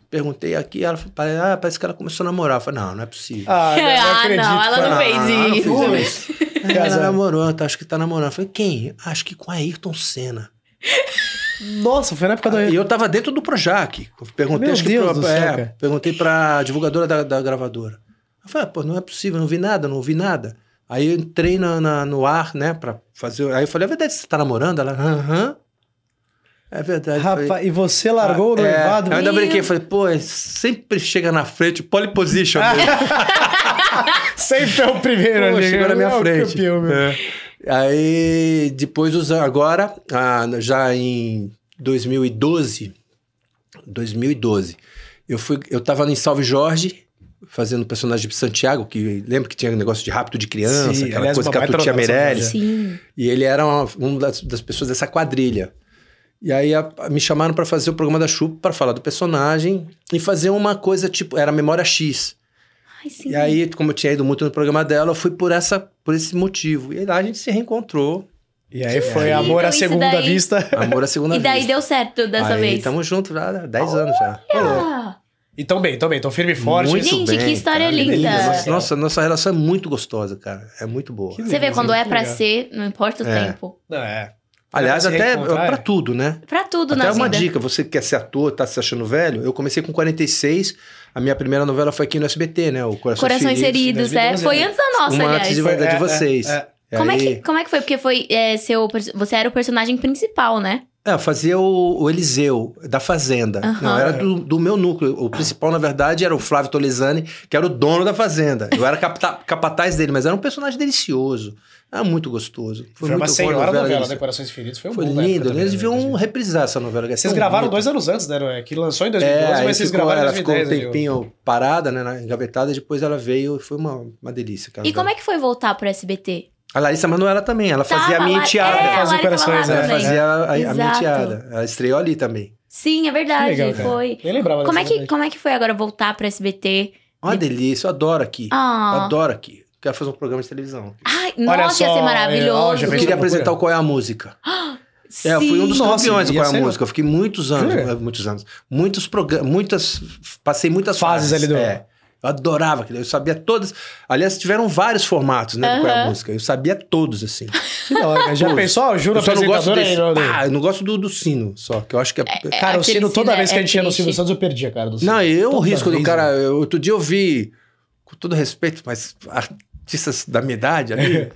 A: perguntei aqui, ela falou, ah, parece que ela começou a namorar. Eu falei, não, não é possível.
C: Ah, não, não
B: [LAUGHS] Ah,
C: acredito.
B: não, ela não
A: Ah,
B: fez
A: não
B: isso.
A: fiz
C: [LAUGHS] Ela
A: Ela
C: namorou.
A: namorou, tá, acho que tá namorando. Eu falei, quem? Acho que com Ayrton Senna.
C: Nossa, foi na época do...
A: E eu tava dentro do Projac. Eu Perguntei,
C: Meu
A: acho que
C: Deus
A: pra, é,
C: do céu, cara.
A: perguntei pra divulgadora da, da gravadora. Eu falei, pô, não é possível, não vi nada, não ouvi nada. Aí eu entrei na, na- no ar, né, pra fazer. Aí eu falei, é verdade, você tá namorando? Ela, aham. É verdade. Eu falei,
C: Rapaz, e você largou
A: ah,
C: o
A: é.
C: noivado?
A: Eu ainda
B: Meu.
A: brinquei, falei, pô, ele sempre chega na frente, pole position. né?"
C: [LAUGHS]
A: dele.
C: Sempre é o primeiro
A: Pô,
C: ali.
A: chegou na minha
C: É o
A: frente.
C: campeão, meu.
A: É. Aí, depois, os- agora, ah, já em 2012, 2012, eu fui, eu tava em Salve Jorge, fazendo o personagem de Santiago, que lembra que tinha um negócio de rápido de criança,
C: Sim,
A: aquela
C: aliás,
A: coisa
C: uma
A: que a
C: baita
A: Tutia
C: novela,
A: Meirelles.
B: Sim.
A: E ele era uma, um das, das pessoas dessa quadrilha. E aí a- me chamaram pra fazer o programa da Chupa pra falar do personagem e fazer uma coisa tipo, era Memória X.
B: Ai, sim.
A: E aí, como eu tinha ido muito no programa dela, eu fui por, essa, por esse motivo. E lá a gente se reencontrou.
C: E aí foi
B: incrível
C: amor
B: É.
C: à
B: Então isso
C: segunda
B: daí.
C: vista.
A: Amor à segunda
B: [LAUGHS] E daí
A: vista.
B: deu certo dessa
A: Aí,
B: vez.
A: Tamo junto lá há 10 anos já.
B: Ah,
C: E tão bem, tão bem, tão firme e forte.
A: Muito
B: Gente, que
A: bem,
B: história
A: cara.
B: linda.
A: Nossa, nossa, nossa relação é muito gostosa, cara. É muito boa.
C: Que
B: Você vê,
C: Sim,
B: quando
C: sim,
B: é pra
C: legal.
B: ser, não importa o
A: É.
B: tempo.
C: Não, é.
A: Aliás,
C: Pra se
A: até
C: reencontrar,
A: pra
C: é.
A: tudo, né?
B: Pra tudo
A: Até
B: na
A: uma
B: vida.
A: dica, você que quer ser ator, tá se achando velho, eu comecei com 46, a minha primeira novela foi aqui no SBT, né? O Corações,
B: Corações feridos,
C: em
B: né?
C: 2012,
B: Foi
C: né?
B: antes da nossa,
A: Uma
B: aliás.
A: antes de,
C: Foi,
A: de
C: é,
A: vocês.
C: é,
A: E
B: Como, é
A: aí-
B: que, como é que foi? Porque foi é, seu. perso- Você era o personagem principal, né?
A: É, fazia o, o Eliseu, da Fazenda.
B: Aham.
A: Não, era do, do meu núcleo. O principal, na verdade, era o Flávio Tolesani, que era o dono da Fazenda. Eu era capta- [LAUGHS] capataz dele, mas era um personagem delicioso. Era muito gostoso.
C: Foi,
A: muito
C: uma
A: boa
C: senhora novela,
A: deles.
C: Decorações Infinitas. Foi, um
A: Foi
C: boom na época
A: lindo.
C: também,
A: Eles
C: né,
A: deviam
C: 2000.
A: reprisar essa novela. que é
C: Vocês
A: tão
C: gravaram
A: bonita.
C: dois anos antes, né? não é? Que lançou em 2012,
A: É, aí
C: mas vocês
A: ficou,
C: gravaram em
A: ela ficou um
C: 2010. né, Gil?
A: tempinho parada, né, na- engavetada, e depois ela veio e foi uma, uma delícia. aquela
B: E como
A: novela.
B: é que foi voltar pro SBT?
A: A Larissa Manoela também, ela fazia a
B: Tava
A: minha
B: lá-
A: enteada.
B: é, a
C: fazia
B: Lari tava lá
C: operações, né?
A: Ela
B: também.
A: fazia a, a- a minha
B: Exato.
A: enteada. Ela estreou ali também.
B: Sim, é
C: Que
B: verdade.
C: legal, cara.
B: foi.
C: Nem lembrava
B: Como é,
C: dessa
B: que, como é que foi agora voltar pro SBT?
A: Uma delícia, eu adoro aqui.
B: Ah,
A: Adoro aqui. Quero fazer um programa de televisão.
C: Ah,
B: ai,
C: Olha
B: nossa, ia
C: só,
B: ser
C: é, ó, já
B: maravilhoso.
A: Eu
C: Mas
A: queria
C: que loucura.
A: apresentar o Qual é a Música.
B: Sim.
A: É, eu fui um dos
C: Ah, Nossa,
A: campeões do
C: ia
A: Qual é a
C: ser-
A: Música. Eu fiquei muitos anos,
C: Jura?
A: eh, muitos anos. Muitos programas, muitas... Passei muitas
C: Fases ali do-
A: É. Eu adorava aquilo. Eu sabia todas. Aliás, tiveram vários formatos, né? Do Qual é a
B: Aham.
A: Música. Eu sabia todos, assim.
C: Que da hora, cara. Já
A: Pô,
C: pensou? ó, Juro
A: eu só não gosto
C: apresentadora
A: desse...
C: aí. não, né?
A: Ah, eu não gosto do, do sino, só. Que eu acho que é...
C: Cara, o
B: aquele
C: sino, toda
B: sino
C: vez que a
B: é
C: gente ia no
B: triste.
C: Silvio Santos, eu perdi a cara do sino.
A: Não, eu o
C: Toda
A: risco do
C: vez, né?
A: cara. eu- outro dia eu vi, com todo respeito, mas artistas da minha idade
C: [LAUGHS]
A: ali,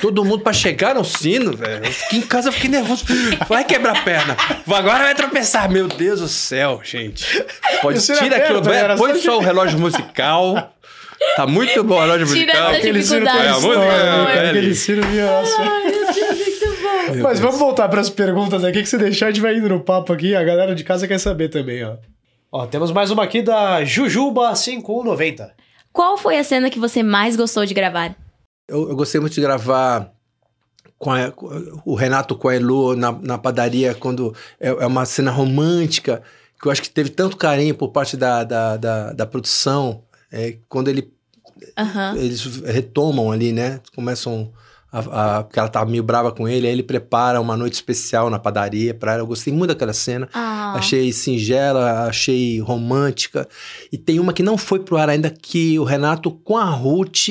A: todo mundo pra chegar no sino, velho. Eu fiquei em casa, eu fiquei nervoso. Vai quebrar a perna. Agora vai tropeçar. Meu Deus do céu, gente. Pode
C: O sino é
A: tira aquilo,
C: aberto, era
A: velho.
C: só
A: põe só o relógio musical. Tá muito bom o relógio
B: Tira
A: musical.
B: essa
C: Aquele sino
B: dificuldade.
C: tem
A: É, muito
C: história, né,
A: bem,
C: cara? Aquele
A: velho.
C: sino vinha, nossa.
A: Meu
C: Mas
A: Deus.
C: vamos voltar para as perguntas aqui, que se deixar a gente vai indo no papo aqui, a galera de casa quer saber também, ó. Ó, temos mais uma aqui da Jujuba5190.
B: Qual foi a cena que você mais gostou de gravar?
A: Eu, eu gostei muito de gravar com, a- com o Renato com a Elu na, na padaria, quando é, é uma cena romântica, que eu acho que teve tanto carinho por parte da, da, da, da produção, é, quando ele,
B: Aham.
A: eles retomam ali, né? Começam. A, a- porque ela tava meio brava com ele, aí ele prepara uma noite especial na padaria pra ela. Eu gostei muito daquela cena.
B: Ah.
A: Achei singela, achei romântica. E tem uma que não foi pro ar ainda, que o Renato com a Ruth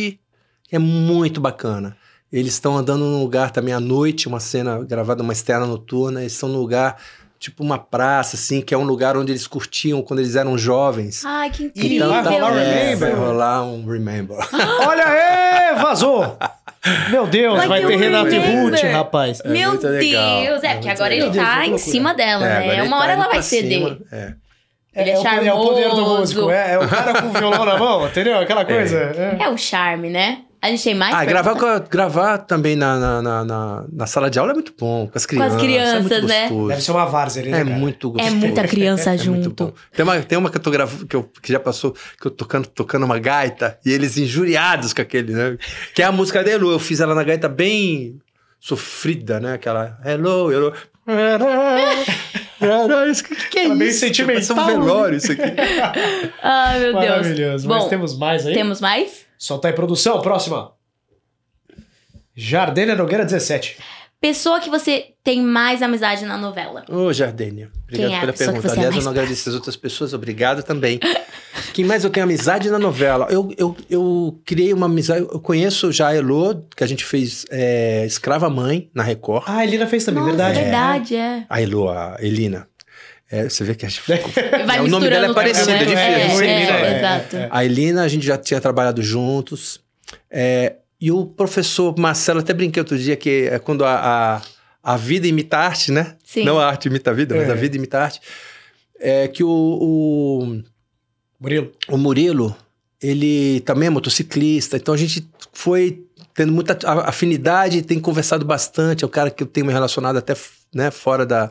A: é muito bacana. Eles estão andando num lugar também à noite, uma cena gravada, uma externa noturna. Eles estão num lugar, tipo uma praça, assim, que é um lugar onde eles curtiam quando eles eram jovens.
B: Ai, que
C: Então,
B: incrível.
C: vai rolar um
A: é,
C: Remember.
A: vai rolar um Remember.
C: Olha aí, vazou! Meu Deus,
B: Mas um
C: vai
B: que
C: ter
B: eu
C: Renato e
B: remember.
C: Ruth, rapaz.
A: É
B: Meu
A: muito legal,
B: Deus,
A: é
B: é, porque
A: muito
B: agora
A: legal.
B: ele tá em
C: Meu Deus, que
B: cima dela,
A: É, agora
B: né?
A: ele
B: Uma
A: tá
B: hora
A: indo
B: ela vai
A: pra
B: ceder.
A: cima. É.
B: Ele é
C: o, é o poder do
B: charmoso.
C: músico, é, é o cara com o violão na mão, entendeu? Aquela coisa. é.
B: É o charme, né? A gente tem mais
A: Ah,
B: perguntas?
A: gravar, com a- gravar também na, na, na- na- na sala de aula é muito bom, com as
B: as
A: crianças. é
B: crianças,
A: muito
B: né?
A: gostoso.
C: Deve ser uma várzea ali, né,
A: É
C: cara?
A: muito
B: É
A: gostoso. [LAUGHS]
B: muita criança junto.
A: Tem uma, tem uma que eu tô gravando, que, eu- que já passou, que eu tocando, tocando uma gaita, e eles injuriados com aquele, né? Que é a música da Elu. Eu fiz ela na gaita bem sofrida, né? Aquela Hello, Hello.
C: É, né?
A: O que, que é
C: Ela
A: isso?
C: bem
A: Isso
C: sentimental,
A: é um
C: né?
A: velório, isso aqui.
B: Ai, meu Deus.
C: Maravilhoso. Mas
B: Bom,
C: temos mais aí?
B: temos mais?
C: Solta aí, produção, próxima. Jardênia Nogueira 17.
B: Pessoa que você tem mais amizade na novela.
A: Ô, Jardênia, obrigado
B: Quem é a
A: pela
B: pessoa que
A: pergunta.
B: você é
A: Aliás, eu
B: mais
A: não agradeço as outras pessoas, obrigado também. Quem mais eu tenho amizade na novela? Eu, eu, eu criei uma amizade. Eu conheço já a Elô, que a gente fez é, Escrava Mãe na Record.
C: Ah, a Elina fez também,
B: Nossa,
C: verdade.
B: verdade, é.
A: A Elô, a Elina. É, você vê que a gente.
B: Vai
A: o nome dela é
B: misturando
A: parecido, é
B: tudo, né?
A: difícil.
B: É,
A: Sim,
B: é,
A: né?
B: exato.
A: A Elina, a gente já tinha trabalhado juntos. É, e o professor Marcelo, até brinquei outro dia que é quando a, a, a vida imita a arte, né?
B: Sim.
A: Não a arte imita a vida, mas
C: É.
A: a vida imita a arte. É que o- o
C: É. Murilo.
A: o Murilo, ele também é motociclista, então a gente foi tendo muita a- afinidade, tem conversado bastante, é o cara que eu tenho me relacionado até né, fora da,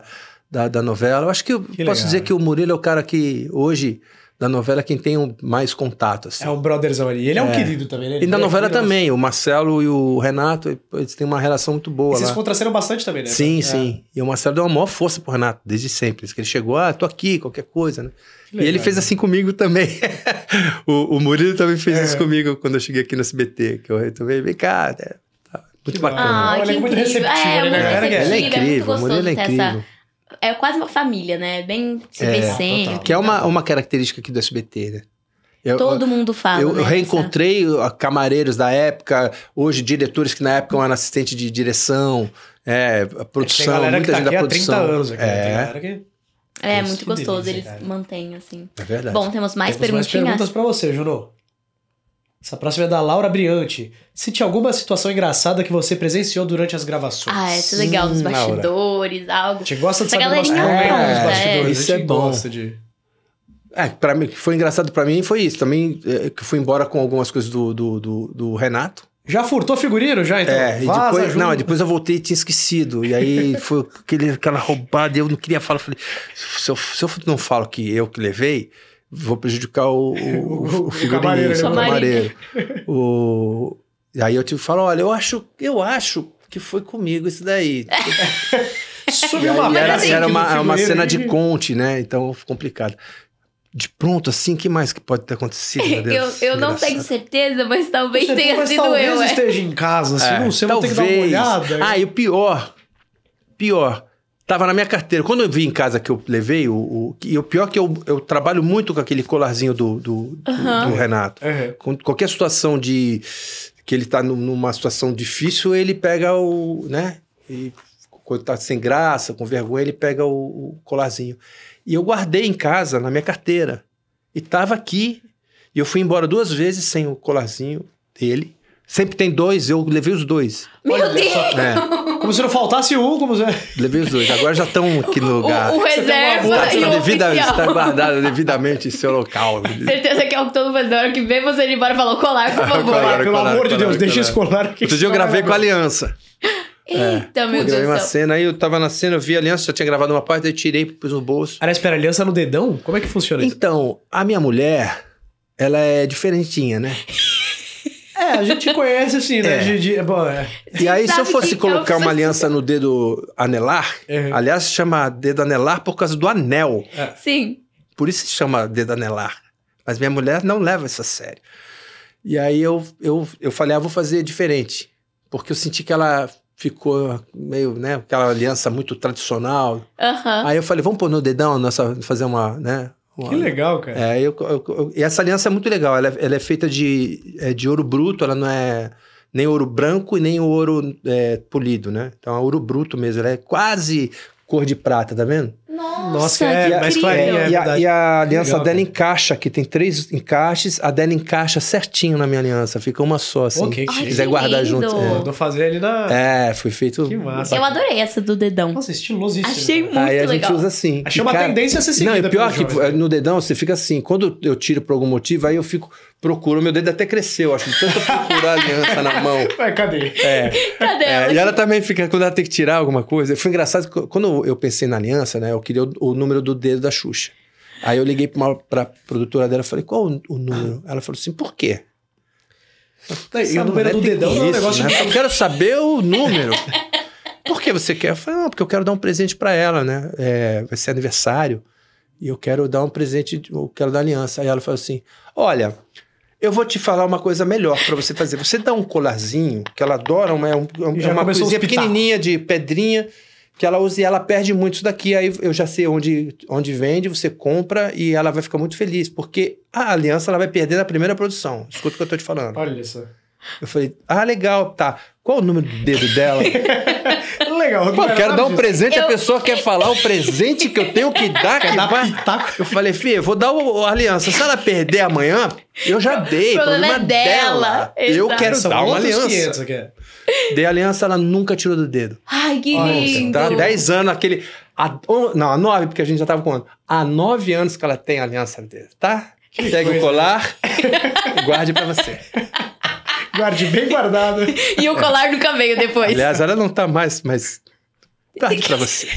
A: da, da novela. Eu acho que eu
C: Que
A: posso
C: legal. né?
A: dizer que o Murilo é o cara que hoje, da novela, é quem tem um- mais contato, assim.
C: É um brotherzão ali. Ele é, um querido também, né? Ele
A: E na
C: é
A: novela
C: querido,
A: também, o Marcelo e o Renato, eles têm uma relação muito
C: mas-
A: boa
C: E Vocês
A: lá.
C: contraceram bastante também, né?
A: Sim,
C: É.
A: sim. E o Marcelo deu uma maior força pro Renato, desde sempre. Desde que ele chegou, ah, tô aqui, qualquer coisa, né?
C: Que
A: E
C: legal.
A: ele fez assim comigo também. [LAUGHS] o, o Murilo também fez
C: É.
A: isso comigo quando eu cheguei aqui no SBT, que eu também, vem cá, né? Tá
C: Que
A: muito
C: legal.
A: bacana.
B: Ah,
C: Olha,
B: que
C: é muito
B: incrível.
C: receptivo,
B: É,
C: né,
B: muito
C: galera?
A: Ele
B: receptivo.
A: é
B: é muito
A: incrível, o
B: gostoso
A: Murilo é
B: ter essa...
A: incrível.
B: É quase uma família, né? Bem se
A: É,
B: vê
C: total.
B: sempre.
A: Que é uma, uma característica aqui do SBT, né? Eu,
B: Todo mundo fala,
A: eu, eu
B: né,
A: reencontrei ah, camareiros da época, hoje diretores que na época eram assistente de direção, é, a
C: Tem
A: produção,
C: galera que
A: muita
C: tá
A: gente
C: aqui
A: da
C: há 30
A: produção.
C: anos aqui. né? Tem
A: É,
C: galera que-
B: dessa- É,
C: Isso,
B: muito
C: que delícia,
B: gostoso, eles
C: cara.
B: mantêm, assim.
A: é verdade.
B: Bom, temos mais
C: Temos mais
B: perguntinhas?
C: perguntas pra você, Junô. Essa próxima é da Laura Briante. Cite alguma situação engraçada que você presenciou durante as gravações.
B: Ah, isso é legal, nos
A: Hum, Laura.
B: bastidores, algo.
C: A gente gosta de
B: Essa
C: saber umas
B: galerinha é né?
C: polêmicas
A: gosta,
C: dos bastidores.
A: é. Isso
C: a gente
A: é bom.
C: gosta de...
A: É, para mim, o que foi engraçado pra mim foi isso. Também é, que eu fui embora com algumas coisas do, do, do- do Renato.
C: Já furtou figurino, já, então?
A: É, e
C: Vaza
A: depois,
C: junto.
A: não, depois eu voltei e tinha esquecido. E aí foi aquele, aquela roubada, eu não queria falar. eu Falei, se eu, se eu não falo que eu que levei, vou prejudicar o, o, o,
C: O- o
A: o
C: camareiro,
A: figurinista,
B: né?
A: o camareiro. O- e aí eu tive que falar: olha, eu acho, eu acho que foi comigo isso daí.
C: Subiu
A: E
C: uma
A: era,
C: peça
A: era
C: aqui do
A: uma, uma
C: figurino.
A: cena de conte, né? Então, complicado. De pronto, assim, que mais que pode ter acontecido? Meu
B: [LAUGHS] Eu,
A: Deus,
B: eu não
A: engraçado.
B: tenho certeza, mas talvez
C: Você
B: tenha
C: mas
B: sido
C: talvez
B: eu, é.
C: esteja em casa, assim,
A: É,
C: não sei, vou ter que dar uma
A: talvez.
C: olhada.
A: Ah, e o pior, pior, tava na minha carteira. Quando eu vi em casa que eu levei, o, o- e o pior é que eu, eu trabalho muito com aquele colarzinho do, do, do-
B: Aham.
A: do Renato.
C: Uhum.
A: Com qualquer situação de... que ele tá num- numa situação difícil, ele pega o... né? E quando tá sem graça, com vergonha, ele pega o, o colarzinho. E eu guardei em casa, na minha carteira. E tava aqui. E eu fui embora duas vezes sem o colarzinho dele. Sempre tem dois, eu levei os dois.
B: Meu Deus!
A: É,
C: Como se não faltasse um, como se...
A: levei os dois. Agora já estão aqui no
B: [LAUGHS] O,
A: lugar.
B: o
C: Você tem uma
B: reserva
A: Está,
B: e
A: está
B: o
A: devida-
B: oficial.
A: está guardado devidamente em seu
B: [LAUGHS]
A: local.
B: Certeza que é o que todo mundo faz na hora que vê você ir embora e falou colar, por
A: [LAUGHS]
B: favor.
A: Colar.
C: [LAUGHS] Pelo
A: colar,
C: amor de
A: colar,
C: Deus,
A: colar.
C: deixa esse colar aqui.
A: Outro dia eu gravei com a Aliança. É.
B: Eita, meu
A: Eu
B: Deus
A: gravei
B: do
A: uma
B: céu.
A: cena aí, eu tava na cena, eu vi a Aliança, já tinha gravado uma parte, daí eu tirei, pus no bolso.
C: Aliás, pera, aliança no dedão? Como é que funciona isso?
A: Então, a minha mulher, ela é diferentinha, né?
C: É, a gente conhece assim, né?
A: É.
C: De, de- bom, é.
A: E aí, se
B: sabe
A: eu fosse
B: que é
A: colocar
B: calça-
A: uma aliança no dedo anelar,
C: Uhum.
A: aliás, se chama dedo anelar por causa do anel.
B: Sim.
A: Por isso se chama dedo anelar. Mas minha mulher não leva isso a sério. E aí eu, eu, eu falei, ah, vou fazer diferente. Porque eu senti que ela ficou meio, né, aquela aliança muito tradicional.
B: Aham.
A: Aí eu falei, vamos pôr no dedão, nossa, fazer uma, né? uma-
C: Que legal, cara.
A: É, eu, eu- eu- e essa aliança é muito legal. Ela, é- ela é feita de, é, de ouro bruto, ela não é nem ouro branco e nem ouro é, polido, né? Então é ouro bruto mesmo. Ela é quase cor de prata, tá vendo?
B: Nossa,
C: Nossa, é,
B: que
C: mas
B: incrível.
C: clarinha, é
A: e, a,
C: verdade.
A: e a aliança
C: Legal,
A: dela
C: cara.
A: encaixa aqui, tem três encaixes, a dela encaixa certinho na minha aliança, fica uma só, assim.
C: Ok,
A: se
B: Ai,
A: quiser
B: que
A: guardar
B: lindo.
A: junto.
C: Pô, Vou fazer ele na.
A: É, é, foi feito.
C: Que massa.
B: Eu adorei essa do dedão.
C: Nossa, estilosíssimo.
B: Achei muito
A: Aí a gente
B: legal.
A: usa assim.
C: né? Achei
A: E,
C: uma
A: cara,
C: tendência a ser seguida.
A: Não, e pior que é,
C: pelos jovens.
A: no dedão você fica assim. Quando eu tiro por algum motivo, aí eu fico. Procuro, meu dedo até cresceu, acho. de Tanto eu procurar a aliança na
C: [LAUGHS]
A: mão.
C: Ué, cadê?
A: É.
B: Cadê
A: É,
B: ela?
A: e ela também fica, quando ela tem que tirar alguma coisa. Foi engraçado, que quando eu pensei na aliança, né? Eu queria o, o número do dedo da Xuxa. Aí eu liguei pra, uma, pra produtora dela e falei, qual o, o número? Ela falou assim, por quê?
C: Ah. Tá, E o
A: Essa
C: número
A: mulher
C: do
A: tem
C: dedão não é um
A: isso,
C: negócio
A: né? Eu quero saber o
C: [LAUGHS]
A: número. Por que você quer? Eu falei, não, porque eu quero dar um presente pra ela, né? É, vai ser aniversário. E eu quero dar um presente, eu quero dar aliança. Aí ela falou assim: Olha, eu vou te falar uma coisa melhor pra você fazer. Você dá um colarzinho, que ela adora, uma, é um- é
C: E já
A: uma
C: começou os
A: coisinha
C: pitacos.
A: pequenininha de pedrinha, que ela usa e ela perde muito isso daqui. Aí eu já sei onde, onde vende, você compra e ela vai ficar muito feliz, porque a aliança ela vai perder na primeira produção. Escuta o que eu tô te falando.
C: Olha só.
A: Eu falei, ah, legal, tá. Qual o número do dedo dela?
C: Legal.
A: Pô, eu quero dar um presente,
B: Eu-
A: a pessoa quer falar o presente que eu tenho que
C: [LAUGHS]
A: dar, que
C: Dá
A: vai...
C: pitaco.
A: Eu falei, filha, eu vou dar o, o aliança. Se ela perder amanhã, eu já dei. O problema, é dela. Eu
B: Exato.
A: quero
C: São
A: dar uma
C: um outros
A: aliança.
C: 500 aqui.
A: Dei a aliança, ela nunca tirou do dedo.
B: Ai, que
C: Olha,
B: lindo.
A: Tá? Dez anos, aquele. a- on- não, há nove, porque a gente já tava com. Há nove anos que ela tem a aliança no dedo, tá? Pega o
C: coisa.
A: colar, guarde pra
C: [LAUGHS]
A: você.
C: Guarde bem guardado.
B: E o colar nunca veio depois.
C: é.
A: Aliás, ela não tá mais, mas. Guarde pra [LAUGHS] você.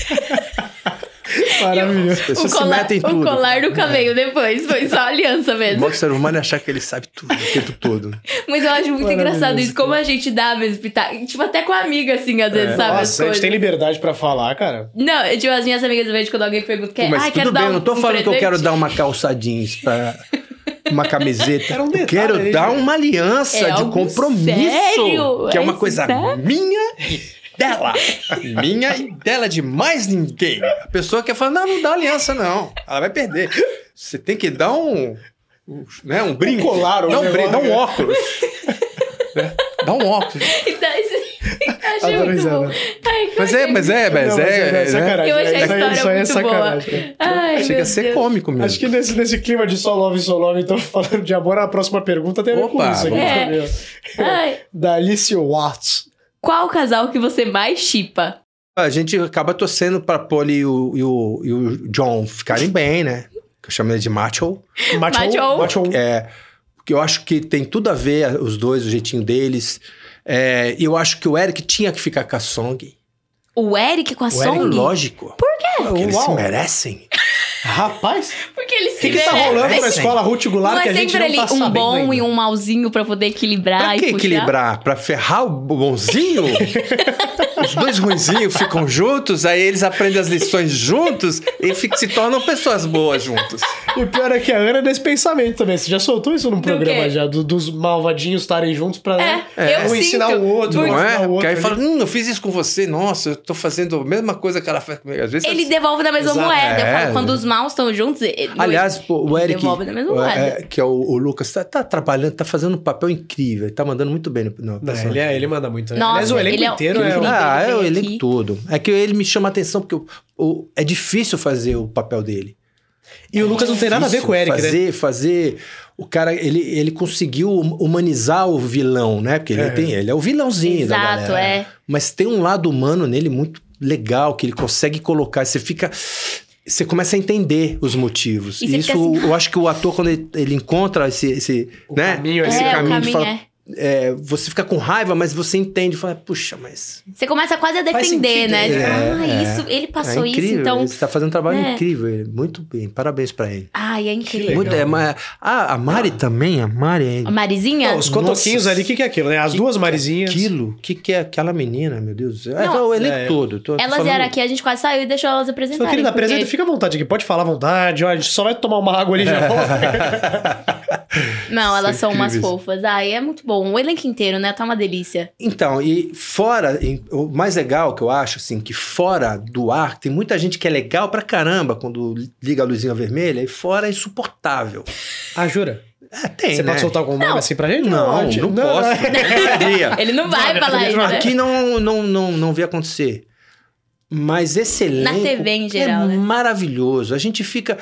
C: Maravilhoso.
A: As pessoas
B: o colar,
A: se metem em
B: o
A: tudo. É.
B: colar nunca veio depois, foi só a aliança
A: O
B: mesmo.
A: maior ser humano é achar que ele sabe tudo, o tempo todo.
B: Mas eu acho muito
C: Maravilhoso,
B: engraçado isso, como a gente dá mesmo pitaco. Tipo, até com a amiga, assim,
A: É.
B: às vezes, [LAUGHS] sabe? as
C: Nossa, a gente
B: coisas.
C: tem liberdade pra falar, cara.
B: Não, eu, tipo, as minhas amigas do vejo quando alguém pergunta, quer,
A: Mas
B: ai, quero
A: tudo bem,
B: dar um,
A: eu não tô
B: um
A: falando que eu quero
B: presente?"
A: dar uma calça jeans pra. Uma [LAUGHS] camiseta.
C: Era um
A: eu
C: detalhe
A: quero
C: aí,
A: dar
C: né?
A: uma aliança
B: É
A: de
B: algo
A: compromisso.
B: sério?
A: Que é uma
B: É
A: coisa
B: sério?
A: minha e dela. [LAUGHS] Minha e dela de mais ninguém. A pessoa quer falar, não, não dá aliança, não. Ela vai perder. Você tem que dar um. um, Né, um brinco.
C: colar, um
A: dá um
C: [LAUGHS] negócio.
A: brinco, dá um óculos. Né? Dá um óculos.
B: E dá Então, esse- [LAUGHS] achei
C: Adoro
B: muito bom.
C: risada.
B: Ai, como
A: Mas é,
B: que-
A: mas é, mas
C: Não,
A: é. né?
C: sacanagem.
B: Eu achei a
C: Isso aí-
B: história
C: isso aí é
B: muito
C: sacanagem.
B: boa. Ai, meu
A: Chega a ser
B: Deus.
A: cômico mesmo.
C: Acho que nesse, nesse clima de só love, só love, então falando de amor, a próxima pergunta tem a ver com
A: Opa,
C: isso aqui
A: vamos
B: lá.
C: também.
B: Ai,
C: Da Alice Watts.
B: Qual casal que você mais chipa?
A: A gente acaba torcendo pra Polly e o, e o- e o John ficarem bem, né? Que eu chamo ele de macho.
B: Macho.
C: Macho.
A: É, porque eu acho que tem tudo a ver os dois, o jeitinho deles. É, E eu acho que o Eric tinha que ficar com a Song.
B: O Eric com a
A: O Eric,
B: Song?
A: lógico. Por quê? Porque eles se
C: Uau.
A: merecem.
C: Rapaz,
B: Porque ele se
C: o que, que tá
B: merece.
C: rolando na escola Ruth Goulart
B: É, Não
C: que
B: é
C: a gente
B: sempre
C: não
B: ali
C: tá
B: um
C: sabendo
B: bom
C: ainda?
B: e um malzinho pra poder equilibrar
A: Pra
B: e
A: que
B: puxar?
A: equilibrar? Pra ferrar o
B: [LAUGHS]
A: bonzinho? Os dois ruinzinhos ficam juntos, aí eles aprendem as lições juntos e fi- se tornam pessoas boas juntos.
C: E o pior é que a Ana é desse pensamento também. Você já soltou isso num programa
B: quê?
C: já, do- dos malvadinhos estarem juntos pra né,
B: É, eu
C: um ensinar
B: sinto,
C: o outro, um
A: Não
C: ensinar
A: é?
C: o
A: Porque
C: outro.
A: aí
C: ali.
A: fala, hum, eu fiz isso com você, nossa, eu tô fazendo a mesma coisa que ela faz comigo. Às vezes
B: Ele devolve na mesma
C: Exato.
B: moeda. Eu
A: É.
B: falo, quando os maus estão juntos... ele-
A: Aliás, pô, o
B: ele
A: Eric,
B: Devolve na mesma
A: o-
B: moeda.
A: é, que é o, o Lucas, tá, tá trabalhando, tá fazendo um papel incrível, ele tá mandando muito bem no, no
C: Não,
A: personagem.
C: ele, é- ele manda muito. Né?
B: Nossa,
C: Mas o elenco
B: ele é-
C: inteiro é,
B: ele-
C: um-
A: Ah,
B: ele
A: é o
B: veio
A: elenco
B: aqui.
A: todo. É que ele me chama atenção porque o- o- é difícil fazer o papel dele.
C: E o Lucas não tem nada a ver
A: Difícil
C: com o Eric, né?
A: fazer, Fazer, O cara, ele, ele conseguiu humanizar o vilão, né? Porque ele,
C: É.
A: tem, ele é o vilãozinho da galera.
B: Exato, é.
A: Mas tem um lado humano nele muito legal, que ele consegue colocar. Você fica... Você começa a entender os motivos.
B: E você
A: Isso,
B: fica assim-
A: eu acho que o ator, quando ele, ele encontra esse, esse,
C: O
A: né?
C: caminho,
A: esse
B: é, o
A: caminho, de
B: caminho
A: fala-
B: é.
A: é, você fica com raiva, mas você entende. Fala, puxa, mas...
B: Você começa quase a
C: Faz
B: defender,
C: sentido,
B: né? Tipo,
A: é, é.
B: ah, isso, ele passou
A: é
B: isso,
A: incrível,
B: então...
A: Ele está fazendo um trabalho
B: né?
A: incrível. ele- Muito bem. Parabéns pra ele.
B: Ai, é incrível.
A: Muito, é, mas- ah, a Mari também. A Mari é
B: A Marizinha?
C: Não, os cotoquinhos
A: Nossa.
C: ali, o que, que é aquilo, né? As
A: Que-
C: duas marizinhas.
A: aquilo. O que, que é aquela menina, meu Deus do céu? É,
B: Não,
A: tá o elenco
C: é.
A: todo. tô- tô
B: elas
A: falando-
B: eram aqui, a gente quase saiu e deixou elas
C: Então,
B: apresentarem.
C: querida,
A: tá
B: porque-
C: apresenta,
A: [LAUGHS]
C: fica à vontade aqui. Pode falar à vontade. Ó, a gente só vai tomar uma água ali e
A: É.
C: já
A: [LAUGHS]
C: volta.
B: Não, elas
A: São
B: são umas
A: incríveis.
B: fofas. Ai, é muito bom. O elenco inteiro, né? Tá uma delícia.
A: Então, e fora, em- o mais legal que eu acho, assim, que fora do ar, tem muita gente que é legal pra caramba quando liga a luzinha vermelha, e fora é insuportável.
C: ah, jura?
A: É, tem,
C: Você
A: né?
C: pode soltar algum nome assim pra gente?
A: um Não,
C: gente,
A: não, posso.
C: não.
A: Brincadeira.
B: Ele não vai falar isso. né?
A: Aqui não, não, não, não vê acontecer. Mas esse elenco
B: TV em geral,
A: é
B: né?
A: maravilhoso. A gente fica...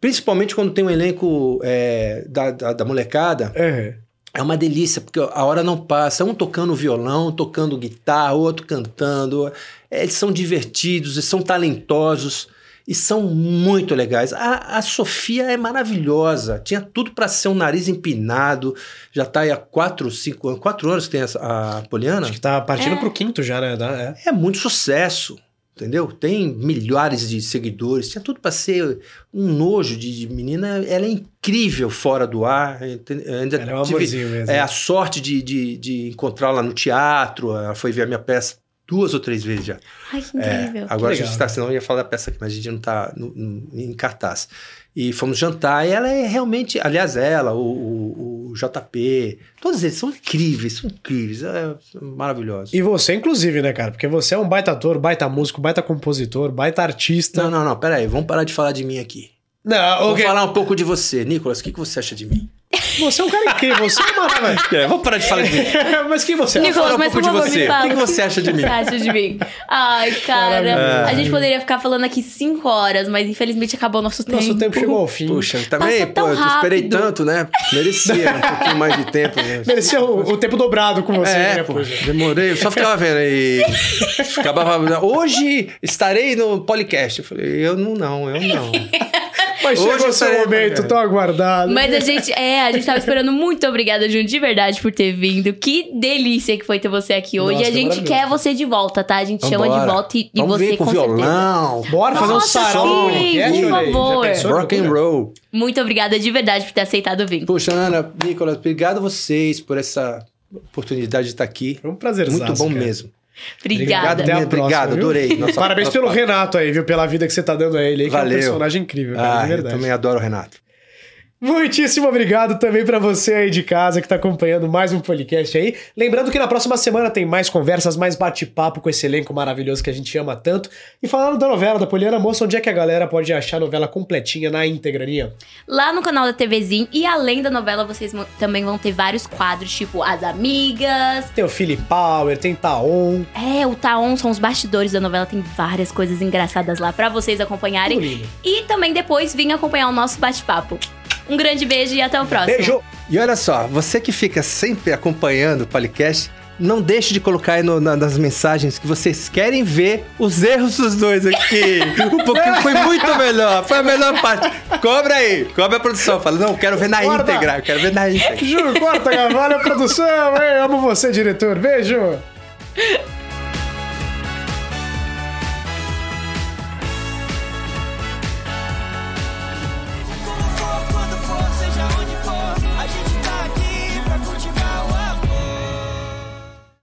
A: Principalmente quando tem um elenco é, da, da, da molecada,
C: [LAUGHS] É.
A: é uma delícia, porque a hora não passa. Um tocando violão, tocando guitarra, outro cantando. É, Eles são divertidos, eles são talentosos e são muito legais. A, a Sofia é maravilhosa. Tinha tudo para ser um nariz empinado. Já tá aí há quatro, cinco anos. Quatro anos que tem essa- a, Poliana.
C: Acho que tá partindo
B: É.
C: pro quinto já, né? Dá- É.
A: É muito sucesso, entendeu? Tem milhares de seguidores, tinha tudo para ser um nojo de, de menina. Ela é incrível fora do ar. ente- Ainda
C: Ela é um
A: tive
C: amorzinho mesmo.
A: é, a sorte de, de, de encontrá-la no teatro. Ela foi ver a minha peça duas ou três vezes já.
B: Ai, que incrível.
A: Agora a
C: legal.
A: gente está, senão eu ia falar da peça aqui, mas a gente não está em cartaz. E fomos jantar, e ela é realmente, aliás, ela, o, o- o JP, todos eles são incríveis, são incríveis, é maravilhoso.
C: E você, inclusive, né, cara? Porque você é um baita ator, baita músico, baita compositor, baita artista.
A: Não, não, não, peraí, vamos parar de falar de mim aqui.
C: Não,
A: Vamos
C: ok.
A: falar um pouco de você. Nicolas, o que, que você acha de mim?
C: Você é um cara incrível, você é um maravilhoso.
A: vamos parar de falar de mim.
C: [LAUGHS] Mas quem você é?
B: Nicolas,
A: falar um
B: mas
A: pouco
B: por
A: de
B: favor,
A: você.
B: me fala.
A: O que que você acha de mim?
B: Você acha de mim? Ai, cara.
C: Maravilhoso.
B: A gente poderia ficar falando aqui cinco horas, mas infelizmente acabou o nosso tempo.
C: Nosso tempo chegou ao fim.
A: Puxa, também,
B: Passou tão
A: pô, eu esperei
B: rápido.
A: tanto, né? Merecia um pouquinho mais de
B: [LAUGHS]
A: tempo. Né?
C: Merecia o, o tempo dobrado com você,
A: É,
C: né,
A: pô,
C: poxa?
A: demorei, eu só ficava vendo aí. Acabava. Hoje estarei no podcast. Eu falei, eu não, não, eu não.
C: Mas
A: Hoje
C: chegou o
A: eu
C: seu
A: farei,
C: momento
A: cara.
C: tão aguardado.
B: Mas a gente, é, a gente tava esperando. Muito obrigada, Jun, de verdade, por ter vindo. Que delícia que foi ter você aqui hoje.
C: Nossa,
B: a gente
C: maravilhoso.
B: quer você de volta, tá? A gente [LAUGHS] chama de
A: Vambora.
B: volta e, e
A: Vamos
B: você
A: vir com,
B: com certeza.
A: violão.
C: Bora fazer um né?
B: Nossa,
C: sarau
B: sim,
C: no podcast,
B: por
C: olha aí. Já
B: favor.
C: pensou?
A: Rock and roll.
B: Muito obrigada de verdade por ter aceitado vir.
A: Poxa, Ana, Nicolas, obrigado a vocês por essa oportunidade de estar aqui.
C: Foi um prazer,
A: Muito bom mesmo.
B: Obrigada.
A: Obrigado, até a
C: Obrigado,
A: próxima. Obrigado,
C: viu?
A: adorei. Nossa-
C: Parabéns
A: nossa
C: pelo
A: papo.
C: Renato aí, viu? Pela vida que você tá dando a ele aí, que é um
A: Valeu.
C: personagem incrível, cara,
A: Ah,
C: de
A: eu
C: verdade.
A: também adoro o Renato.
C: Muitíssimo obrigado também pra você aí de casa que tá acompanhando mais um podcast aí. Lembrando que na próxima semana tem mais conversas, mais bate-papo com esse elenco maravilhoso que a gente ama tanto. E falando da novela da Poliana Moça, onde é que a galera pode achar a novela completinha na íntegra, Ninha?
B: Lá no canal da TVzinho e além da novela, vocês mo- também vão ter vários quadros, tipo As Amigas,
C: Tem o Philip Power, tem Taon.
B: É, o Taon são os bastidores da novela, tem várias coisas engraçadas lá pra vocês acompanharem.
C: Tudo lindo.
B: E também depois vim acompanhar o nosso bate-papo. Um grande beijo e até o próximo.
C: Beijo!
A: E olha só, você que fica sempre acompanhando o Policast, não deixe de colocar aí no- na- nas mensagens que vocês querem ver os erros dos dois aqui. Um pouquinho foi muito melhor, foi a melhor parte. Cobra aí, cobra a produção. Fala, não, quero ver na
C: Guarda.
A: íntegra, quero ver na íntegra.
C: [LAUGHS] Ju, corta, Gavalha, produção. Ei, amo você, diretor. Beijo!